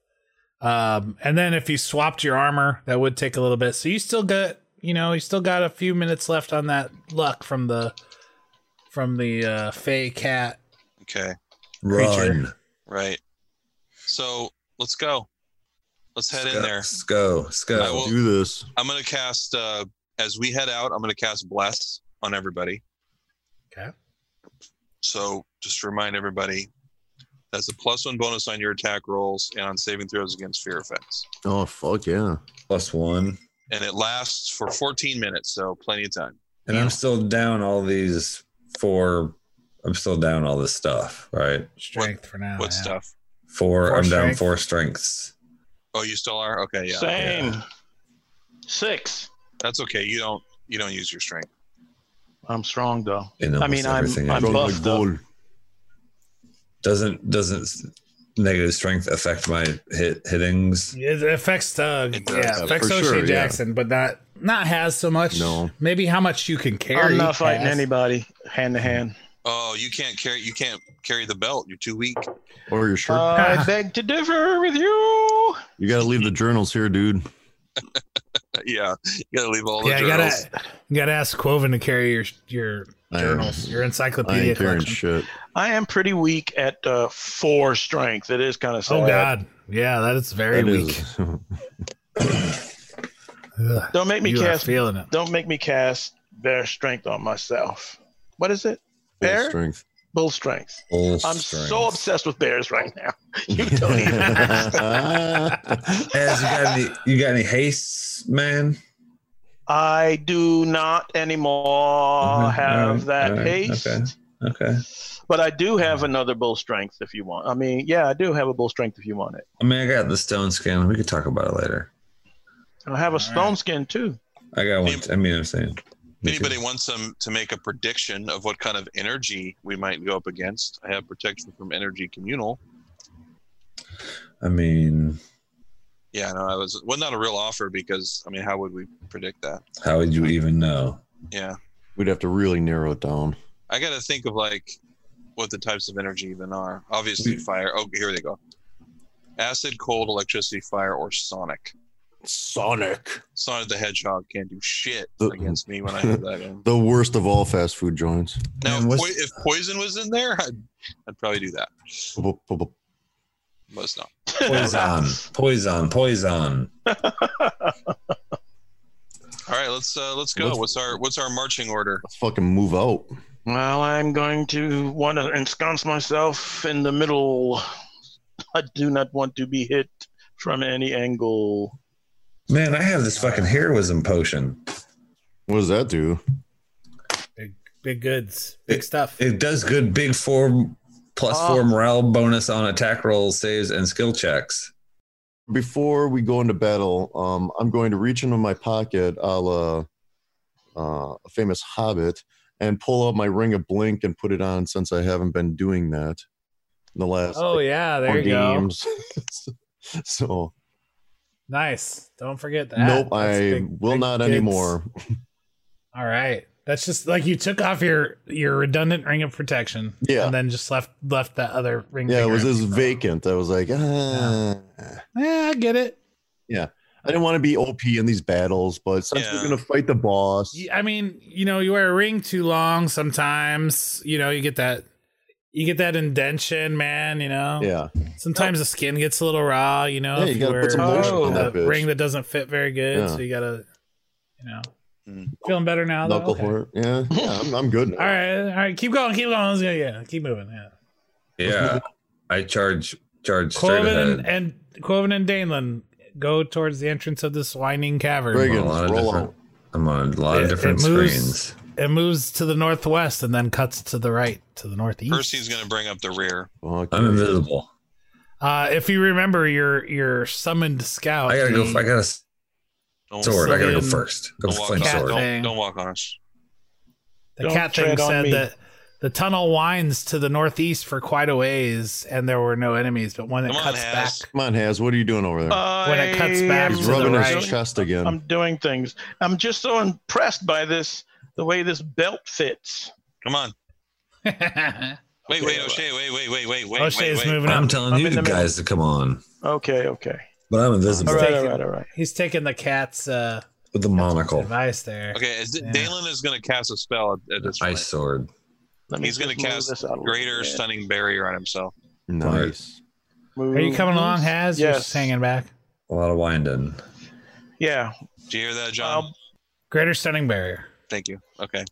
Um, and then if you swapped your armor, that would take a little bit. So you still got, you know, you still got a few minutes left on that luck from the from the uh, Fey cat.
Okay,
Run.
right. So let's go. Let's head in there.
Let's go. Let's go.
I will-
do this.
I'm gonna cast uh, as we head out. I'm gonna cast bless on everybody.
Okay.
So just to remind everybody, that's a plus one bonus on your attack rolls and on saving throws against fear effects,
Oh fuck yeah.
Plus one.
and it lasts for 14 minutes, so plenty of time.
And I'm still down all these four. I'm still down all this stuff, right?
Strength for now.
what
yeah.
stuff?
Four.
Four
I'm down
strength.
four strengths.
Oh, you still are. Okay, yeah,
Same. Six.
that's okay. You don't you don't use your strength.
I'm strong though.
In
I mean,
almost
I'm-
everything else.
I'm
Throw the
buffed up.
goal.
doesn't doesn't negative strength affect my hit hittings?
It affects uh,
It does,
yeah,
yeah,
affects
for
O'Shea
sure, yeah.
Jackson, but not not has so much.
No.
Maybe how much you can carry.
I'm not fighting
Has.
anybody hand to hand.
Oh, you can't carry you can't carry the belt. You're too weak.
Or your shirt.
Uh, I beg to differ with you.
you got to leave the journals here, dude.
yeah, you gotta leave all the
yeah, you
journals.
gotta you gotta ask Quoven to carry your your
I-
journals, your
I
encyclopedia
ain't carrying
collection.
shit.
I am pretty weak at uh, four strength. It is kind of sad.
Oh God, yeah, that is very
That
weak.
is.
Ugh.
Don't make me
You are
cast.
feeling it.
Don't make me cast bear strength on myself. What is it?
Full
Bear
strength.
bull strength.
Full
I'm so
strength.
obsessed with bears right now. You don't even
As you got any, you got any hastes, man?
I do not anymore
Uh-huh.
Mhm.
have
Alright,
that
alright,
haste,
okay. Okay.
but I do have another bull strength if you want. I mean, yeah, I do have a bull strength if you want it.
I mean, I got the stone skin. We could talk about it later.
I have a stone skin too.
I got one. I mean, I'm saying.
If anybody wants some to make a prediction of what kind of energy we might go up against, I have protection from energy communal.
I mean,
Yeah, no, I was well not a real offer because I mean, how would we predict that?
how would you even know?
Yeah,
We'd have to really narrow it down.
I gotta think of like what the types of energy even are. Obviously, fire. Oh, here they go. Acid, cold, electricity, fire, or sonic.
Sonic.
Sonic the Hedgehog can't do shit
Uh-uh.
against me when I have that in.
The worst of all fast food joints.
Now,
Man,
if,
what's-
poi- if poison was in there, I'd, I'd probably do that,
What
but it's not.
Poison, poison, poison.
All right, let's uh, let's go.
Let's-
what's our what's our marching order?
Let's fucking move out.
Well, I'm going to want to ensconce myself in the middle. I do not want to be hit from any angle.
Man, I have this fucking heroism potion.
What does that do?
Big goods, big stuff.
It does good big four plus
Ah.
Oh.
four morale bonus on attack rolls, saves, and skill checks.
Before we go into battle, um, I'm going to reach into my pocket a la uh, a famous hobbit and pull out my ring of blink and put it on since I haven't been doing that in the last
Oh
like,
yeah, there
four
you go.
games. so,
Nice. Don't forget that.
nope,
That's
I
big-
will
big
not
goods.
anymore.
All right. That's just like you took off your your redundant ring of protection.
Yeah.
And then just left left that other ring.
Yeah, it was
around.
just vacant. I was like, ah.
Yeah, I get it.
I didn't want to be OP in these battles, but since
Yeah.
we're gonna fight the boss,
Y- I mean, you know, you wear a ring too long sometimes, you know, you get that you get that indention, man, you know.
yeah,
Sometimes the skin gets a little raw, you know.
Yeah,
if
you gotta
wear
put some
lotion on
a
that bitch.
ring that doesn't fit very good,
Yeah.
so you gotta you know.
Mm.
Feeling better now though.
knuckle
Okay.
for it. Yeah, yeah, I'm, I'm good. Now.
All right, all right, keep going, keep going. Let's go, yeah, keep moving. Yeah.
Yeah, I charge charge straight
Quoven and,
ahead.
and Quoven and Danelin go towards the entrance of this winding cavern.
Very
I'm
good.
on a lot of
Roll
different-
out.
I'm on a lot
It-
of
it
different
moves.
screens.
It moves to the northwest and then cuts to the right to the northeast.
Percy's going to bring up the rear.
Fuck
I'm
yeah.
invisible.
Uh, if you remember your your summoned scout,
I gotta go.
he-
I got a
Don't,
sword. I gotta go
Flame-
first. Go
don't walk,
flame
on,
Cat
sword.
thing.
don't, don't walk on us.
the
Don't
cat thing
tread on
said
me.
that the tunnel winds to the northeast for quite a ways, and there were no enemies. But when it
Come on,
cuts
Haz.
back,
Come on, Haz, what are you doing over
Uh,
there?
When it cuts back
I
He's
to the
rubbing his
right.
chest again.
I'm doing things. I'm just so impressed by this, the way this belt fits.
Come on. Wait, wait, O'Shea, wait, wait, wait, wait, wait.
O'Shea
wait,
is
wait.
moving
I'm
up.
telling
I'm
you
in the
guys to come on,
Okay, okay.
but I'm
All
invisible
right, all
taking-
right, all right.
He's taking the cat's uh,
with the monocle,
advice there.
Okay, is it,
Yeah.
Dalen is going to cast a spell at, at this point.
ice sword.
Let
He's going to
just move
cast
this out a little
greater
bit.
stunning barrier on himself.
nice.
Move
Are you coming along,
this.
Haz? You're
Yes.
just hanging back.
A lot of winding.
Yeah.
Do you hear that, John?
Um,
Greater stunning barrier.
Thank you. Okay.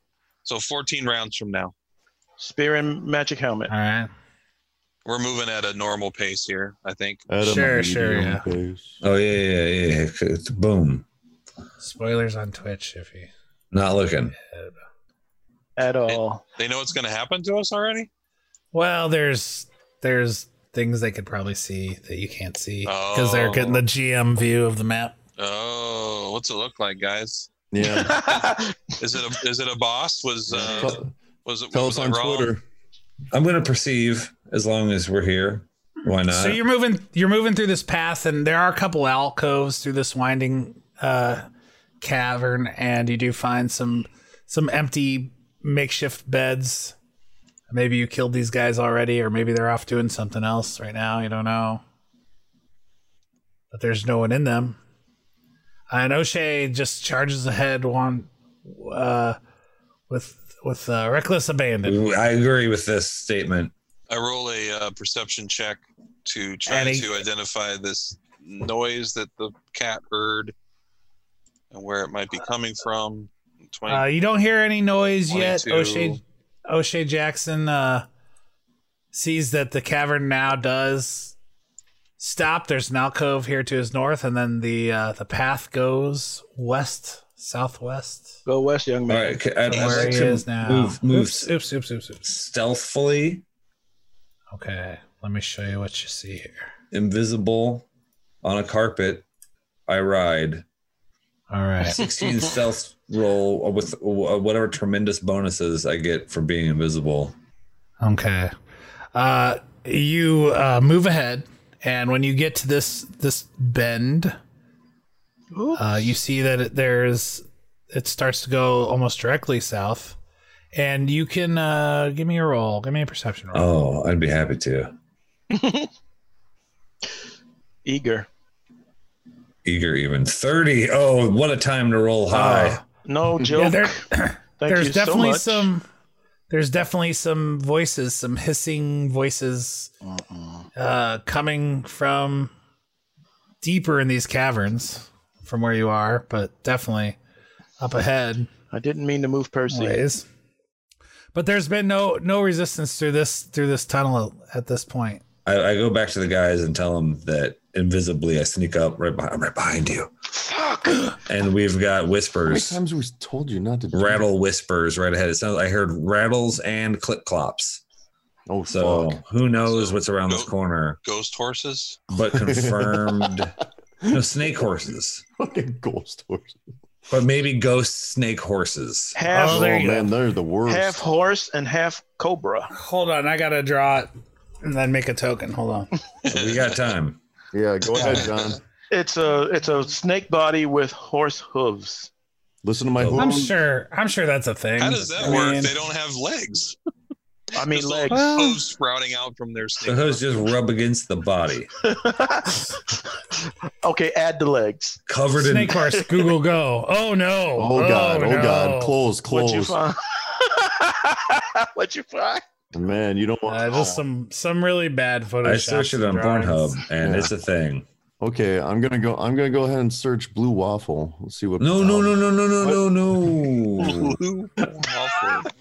So 14 rounds from now.
Spear and magic helmet.
All right.
We're moving at a normal pace here, I think.
At a
Sure, sure,
medium
yeah.
pace.
Oh yeah, yeah, yeah. yeah. Boom.
Spoilers on Twitch if you.
Not looking.
At all.
They know what's going to happen to us already?
Well, there's there's things they could probably see that you can't see because they're
Oh.
getting the GM view of the map.
Oh, what's it look like, guys?
Yeah.
Is it a is it a boss? Was uh,
Tell-
was it
Tell
was
us
I
on
wrong?
Twitter.
I'm gonna perceive as long as we're here. Why not?
so you're moving you're moving through this path, and there are a couple alcoves through this winding uh, cavern, and you do find some some empty makeshift beds Maybe you killed these guys already, or maybe they're off doing something else right now. You don't know. But there's no one in them. And O'Shea just charges ahead one uh, with with uh, reckless abandon.
I agree with this statement.
I roll a uh, perception check to try
Annie.
to identify this noise that the cat heard and where it might be coming from. 20,
Uh, you don't hear any noise yet.
22.
O'Shea, O'Shea Jackson uh, sees that the cavern now does stop. There's an alcove here to his north, and then the uh, the path goes west, southwest.
Go west, young
All
man.
right, ca- I'd,
From
I'd
where
like
he
to
is now.
move, move
Oops, oops, oops, oops, oops.
stealthfully,
Okay, let me show you what you see here.
invisible, on a carpet. I ride
All right.
sixteen stealth roll with uh, whatever tremendous bonuses I get for being invisible.
Okay. Uh, you uh, move ahead, and when you get to this this bend, uh, you see that it, there's it starts to go almost directly south, and you can uh, give me a roll. Give me a perception roll.
Oh, I'd be happy to.
Eager.
Eager even thirty. Oh, what a time to roll high.
Ah.
No joke.
Yeah, there-
Thank
there's
you
definitely
so much.
some. There's definitely some voices, some hissing voices, uh, coming from deeper in these caverns from where you are, but definitely up ahead.
I didn't mean to move Percy.
ways. But there's been no no resistance through this through this tunnel at this point.
I, I go back to the guys and tell them that invisibly I sneak up right behind, I'm right behind you.
Oh,
Fuck. And we've got
How many
whispers,
times we told you not to do
rattle whispers right ahead. It sounds. I heard rattles and clip clops.
that? Oh,
So
fuck.
who knows what's around this
Nope.
corner?
ghost horses.
But confirmed, no snake horses,
Fucking ghost horse.
but maybe ghost snake horses.
Half,
Oh,
there you go.
man, they're the worst.
half horse and half cobra.
Hold on, I gotta draw it and then make a token. Hold on.
We got time.
Yeah, go ahead, John.
It's a it's a snake body with horse hooves.
Listen to my
Oh.
I'm
hooves.
sure I'm sure that's a thing.
How does that
I
work?
mean,
they don't have legs.
I mean,
Just
legs.
like hooves sprouting out from their
The
snake.
hooves just rub against the body,
okay, add the legs.
covered in
Snake horse, Google go. Oh no.
Oh, God. Oh,
no.
God. Close,
What you
close.
find? what you find?
Man, you don't want.
Uh, just some some really bad photos.
I searched it on Pornhub, and it's a thing.
Okay, I'm gonna go. I'm gonna go ahead and search blue waffle. Let's see what.
No, no, no, no, no,
What?
no, no, no.
Blue waffle.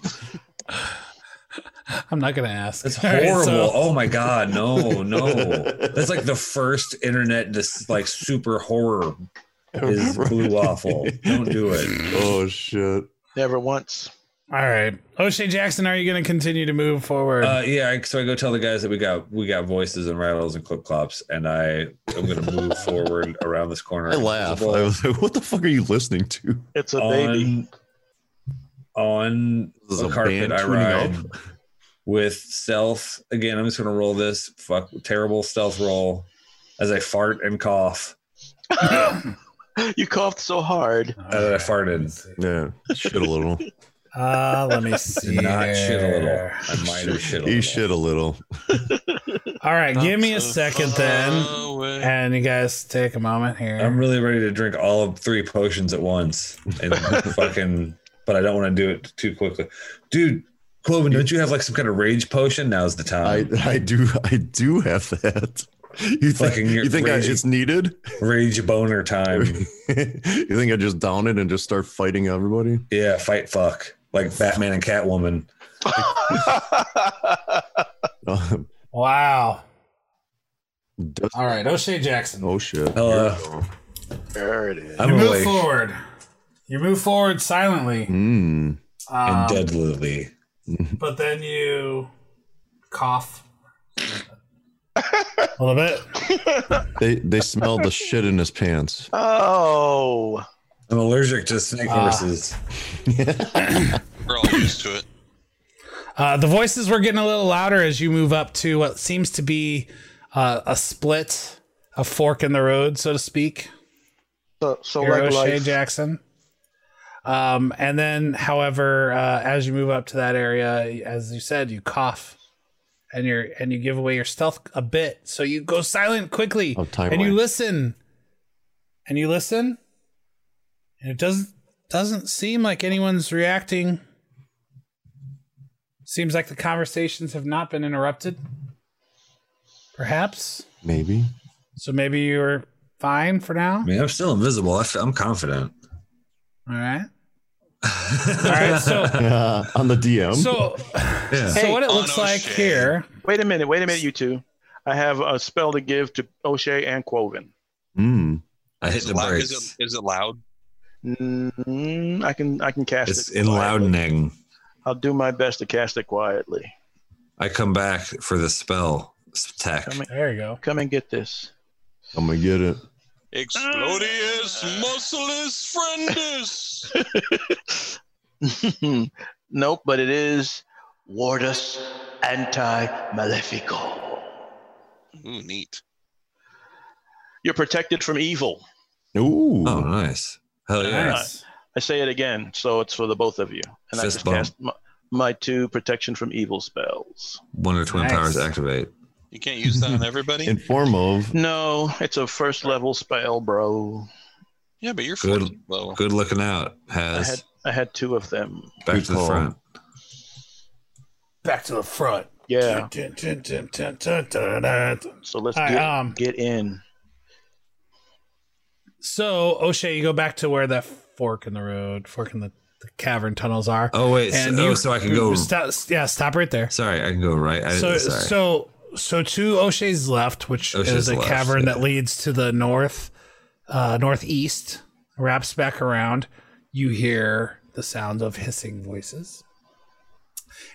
I'm not gonna ask.
That's
All right,
horrible.
so-
oh my god, no, no. That's like the first internet this like super horror is blue waffle. Don't do it.
Oh shit.
Never once.
Oh.
all right. O'Shea Jackson, are you gonna continue to move forward?
Uh, yeah, I- so I go tell the guys that we got we got voices and rattles and clip clops, and I am gonna move forward around this corner.
I laugh. I was like, "What the fuck are you listening to?"
It's a baby.
on, on
This is
the
a
carpet
band
I
tuning
ride
up.
with stealth. Again, I'm just gonna roll this fuck terrible stealth roll as I fart and cough.
You coughed so hard.
All
And Uh, I
right.
farted.
Yeah, shit a little.
Uh, let me see.
Did not shit a little.
here.
I might have shit a
you
little.
shit a little.
All right, give me a second then,
then.
and you guys take a moment here.
I'm really ready to drink all of three potions at once and fucking but I don't want to do it too quickly. Dude, Cloven, don't you have like some kind of rage potion? Now's the
I
time.
I do I do have that. You think
Fucking
you think I,
raging.
it's needed?
rage boner time.
you think I just down it and just start fighting everybody?
Yeah, fight fuck. Like Batman and Catwoman.
Um,
wow.
does-
All right, O'Shea Jackson.
oh shit.
Hello.
There it is.
you
I'm
move
awake
forward. You move forward silently,
Hmm.
um,
and deadly.
but then you cough a little bit.
They they smelled the shit in his pants.
Oh,
I'm allergic to snake
Ah.
horses.
We're all used to it.
Uh, the voices were getting a little louder as you move up to what seems to be uh, a split, a fork in the road, so to speak.
so, so
Here,
like
O'Shea
life.
Jackson. Um, and then, however, uh, as you move up to that area, as you said, you cough, and you are and you give away your stealth a bit, so you go silent quickly,
Oh, timely.
and you listen, and you listen, and it doesn't doesn't seem like anyone's reacting. Seems like the conversations have not been interrupted. Perhaps
Maybe.
so. Maybe you're fine for now.
I mean, I'm still invisible. I f- I'm confident.
All right. All right. So
Yeah, on the DM.
so
yeah.
so what it
Hey,
looks
on
like
O'Shea.
here
Wait a minute. Wait a minute, you two. I have a spell to give to O'Shea and Quoven.
Mm.
I hit
Is
the
it, loud, is,
brakes.
it, is it loud?
Mm, I can I can cast
It's
it.
in
quietly.
loudening.
I'll do my best to cast it quietly.
I come back for the spell s- tech.
Come and,
there you go
come and get this.
I'm gonna get it.
Explodius, musculus, friendus.
nope, but it is Wardus Anti Malefico.
Ooh, neat.
You're protected from evil.
Ooh.
Oh, nice. Hell yeah.
nice
I say it again, so it's for the both of you.
Fist
And I just
bump.
cast my, my two protection from evil spells.
Wonder Twin
Nice.
powers activate.
You can't use that on everybody.
In form of
No, it's a first level spell, bro.
yeah, but you're
Good.
14th level.
Good looking out.
I had
Has
I had two of them.
back
Good
to the
call.
front.
back to the front
Yeah.
Dun, dun, dun, dun, dun, dun, dun.
So let's
All right,
get,
um,
get in.
so o'shea you go back to where that fork in the road fork in the, the cavern tunnels are
Oh wait. So,
you-
oh, so I can go.
stop, yeah stop right there
Sorry, I can go right. I,
so
Uh, sorry.
so so to O'Shea's left, which
O'Shea's
is a
left,
cavern
yeah.
that leads to the north, uh, northeast, wraps back around. You hear the sound of hissing voices,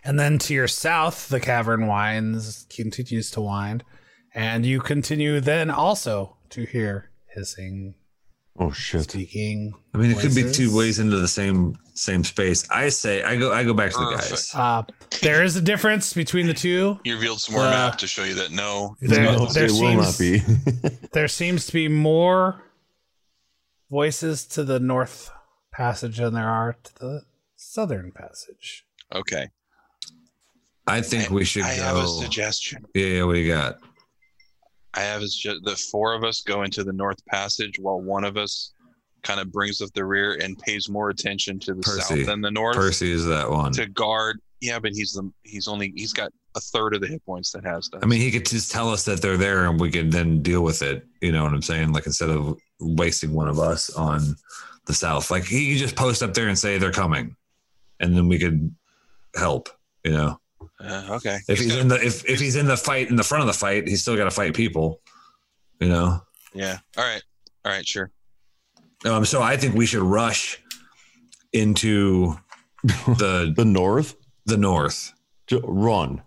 and then to your south, the cavern winds continues to wind, and you continue then also to hear hissing,
oh shit.
speaking.
I mean, it could be
voices.
two ways into the same same space. I say I go. I go back to the
Perfect.
guys.
Uh, there is a difference between the two.
You revealed some
Ah.
more
Uh,
map to show you that no. it's
There,
not
No,
the
there
it
same.
will not
seems-
be.
There seems to be more voices to the north passage than there are to the southern passage.
Okay.
I think we should
I
go.
have a suggestion.
yeah, yeah. What do you got?
I have a sugge- the four of us go into the north passage while one of us kind of brings up the rear and pays more attention to the
Percy.
south than the north
Percy is that one.
to guard. Yeah, but he's the he's only he's got a third of the hit points that has. Does.
I mean, he could just tell us that they're there, and we could then deal with it. You know what I'm saying? Like instead of wasting one of us on the south, like he could just post up there and say they're coming, and then we could help. You know,
Uh, okay.
if he's in the if, if he's in the fight in the front of the fight, he's still got to fight people. You know.
yeah. All right. All right. Sure.
Um, so I think we should rush into the
the north.
the north.
J- run.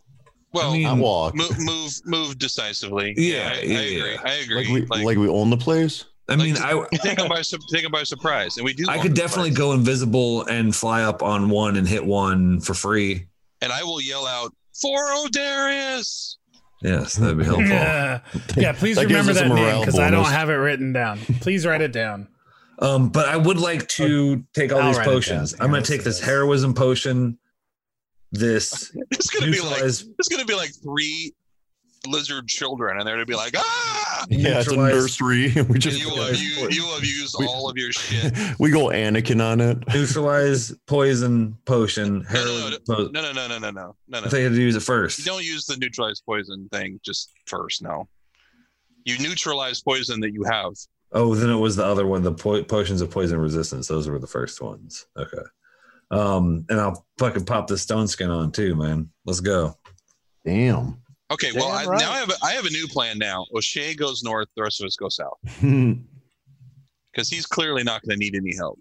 Well,
mean-
Not walk.
move move move decisively.
Yeah,
I,
yeah,
I agree.
yeah.
I agree.
Like we
Like,
like, we own the place.
I
Like
mean,
to-
I
take him by sur- take him by surprise, and we do.
I
want
could
to
definitely
surprise.
go invisible and fly up on one and hit one for free.
and I will yell out for Odarius.
Yes, that'd be helpful.
Yeah, yeah please
That gives
remember
us a
that name
morale
because I don't
bonus.
have it written down. Please write it down.
Um, but I would like to take all
I'll
these
write it
potions.
down.
I'm
Yeah,
going
let's
to take
do
this
this.
heroism potion, this
It's gonna be like
neutralize,
it's gonna be like three lizard children, and they're gonna be like ah.
Yeah, it's a
Neutralize-
nursery. We
And
just
you will have you, you will have used
We-
all of your shit.
we go Anakin on it.
neutralize poison potion.
No, no,
Heroism potion.
No, no, no, no, no, no, no,
I
no.
think I had to use
You
it first.
don't use the neutralized poison thing just first. No, you neutralize poison that you have.
Oh, then it was the other one, the po- potions of poison resistance. Those were the first ones. Okay. Um, and I'll fucking pop the stone skin on too, man. Let's go.
Damn.
Okay, well I,
Damn right.
now I have a, I have a new plan. Now O'Shea goes north, the rest of us go south because he's clearly not going to need any help.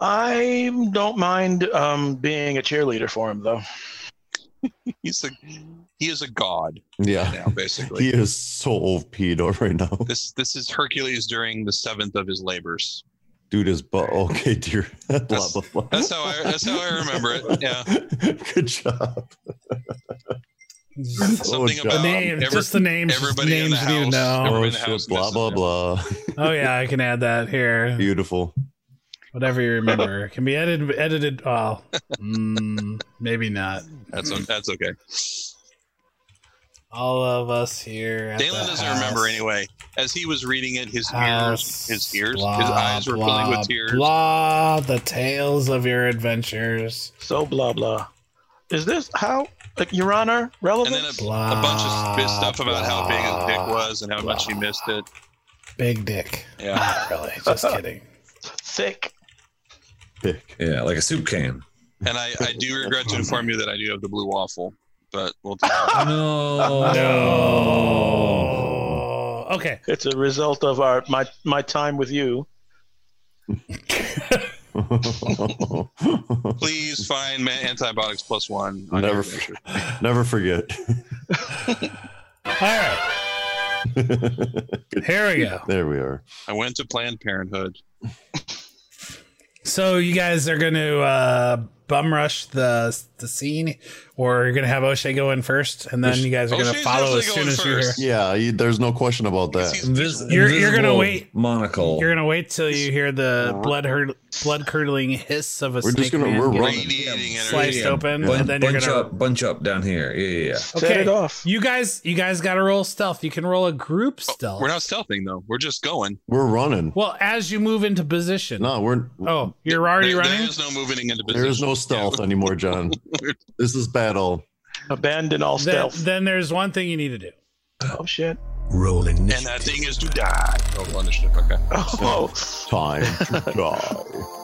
I don't mind um, being a cheerleader for him, though.
He's a he is a god
yeah.
now, basically.
He is so OP'd out right now.
This this is Hercules during the seventh of his labors.
Dude is but okay, dear. blah blah blah.
That's how I that's how I remember it. Yeah,
Good job.
Just
something
God.
about
the name,
every-
just the names, just
everybody in
names
the
we need to
house.
know.
Oh,
Everyone in the
shit,
house
blah
misses
blah
it.
blah.
Oh yeah, I can add that here.
Beautiful.
Whatever you remember It can be edited. Edited. Oh, mm, maybe not.
That's o- that's okay.
All of us here. At
Dalen
the
doesn't
house.
remember anyway. As he was reading it, his
House,
ears, his ears, his
blah,
eyes were filling
blah,
with tears.
Blah. The tales of your adventures.
So blah blah. Is this how, like, Your Honor,
And
relevant?
then a, a bunch of sp- stuff about how big his dick was and how much he missed it.
Big dick.
Yeah.
Not really. Just kidding.
Thick.
Pick.
Yeah, like a soup can.
And I, I do regret to inform you that I do have the blue waffle, but we'll.
No.
No. Okay.
It's a result of our my my time with you.
Please find my antibiotics plus one. on
Never
your
f-
picture.
Never forget.
All right. Here we go.
There we are.
I went to Planned Parenthood.
So you guys are going to uh, bum rush the the scene, or you're going to have O'Shea go in first, and then you guys are going to
O'Shea's
follow as soon
definitely
as you
going
hear.
first.
Yeah, you, there's no question about that.
Invis-
You're- you're gonna
invisible
wait.
Monocle.
You're gonna wait till you hear the blood hur- blood curdling hiss of a
We're just
snake
gonna-
man
we're
getting
running.
Radiating
sliced
energy.
Yeah.
open,
Bun-
and then you're
bunch
gonna
up, bunch up down here. Yeah, yeah, yeah.
Set it off.
You guys, you guys got to roll stealth. You can roll a group stealth.
Oh, We're not stealthing though. We're just going.
We're running.
well, as you move into position.
No, we're.
Oh, you're already
There-
running.
There is no moving into position.
There is no stealth anymore, John. This is battle.
Abandon all
Then,
stealth.
then there's one thing you need to do.
oh shit.
Rolling
And that thing is to die. Oh, well, initiative. Okay.
Oh,
Time to die.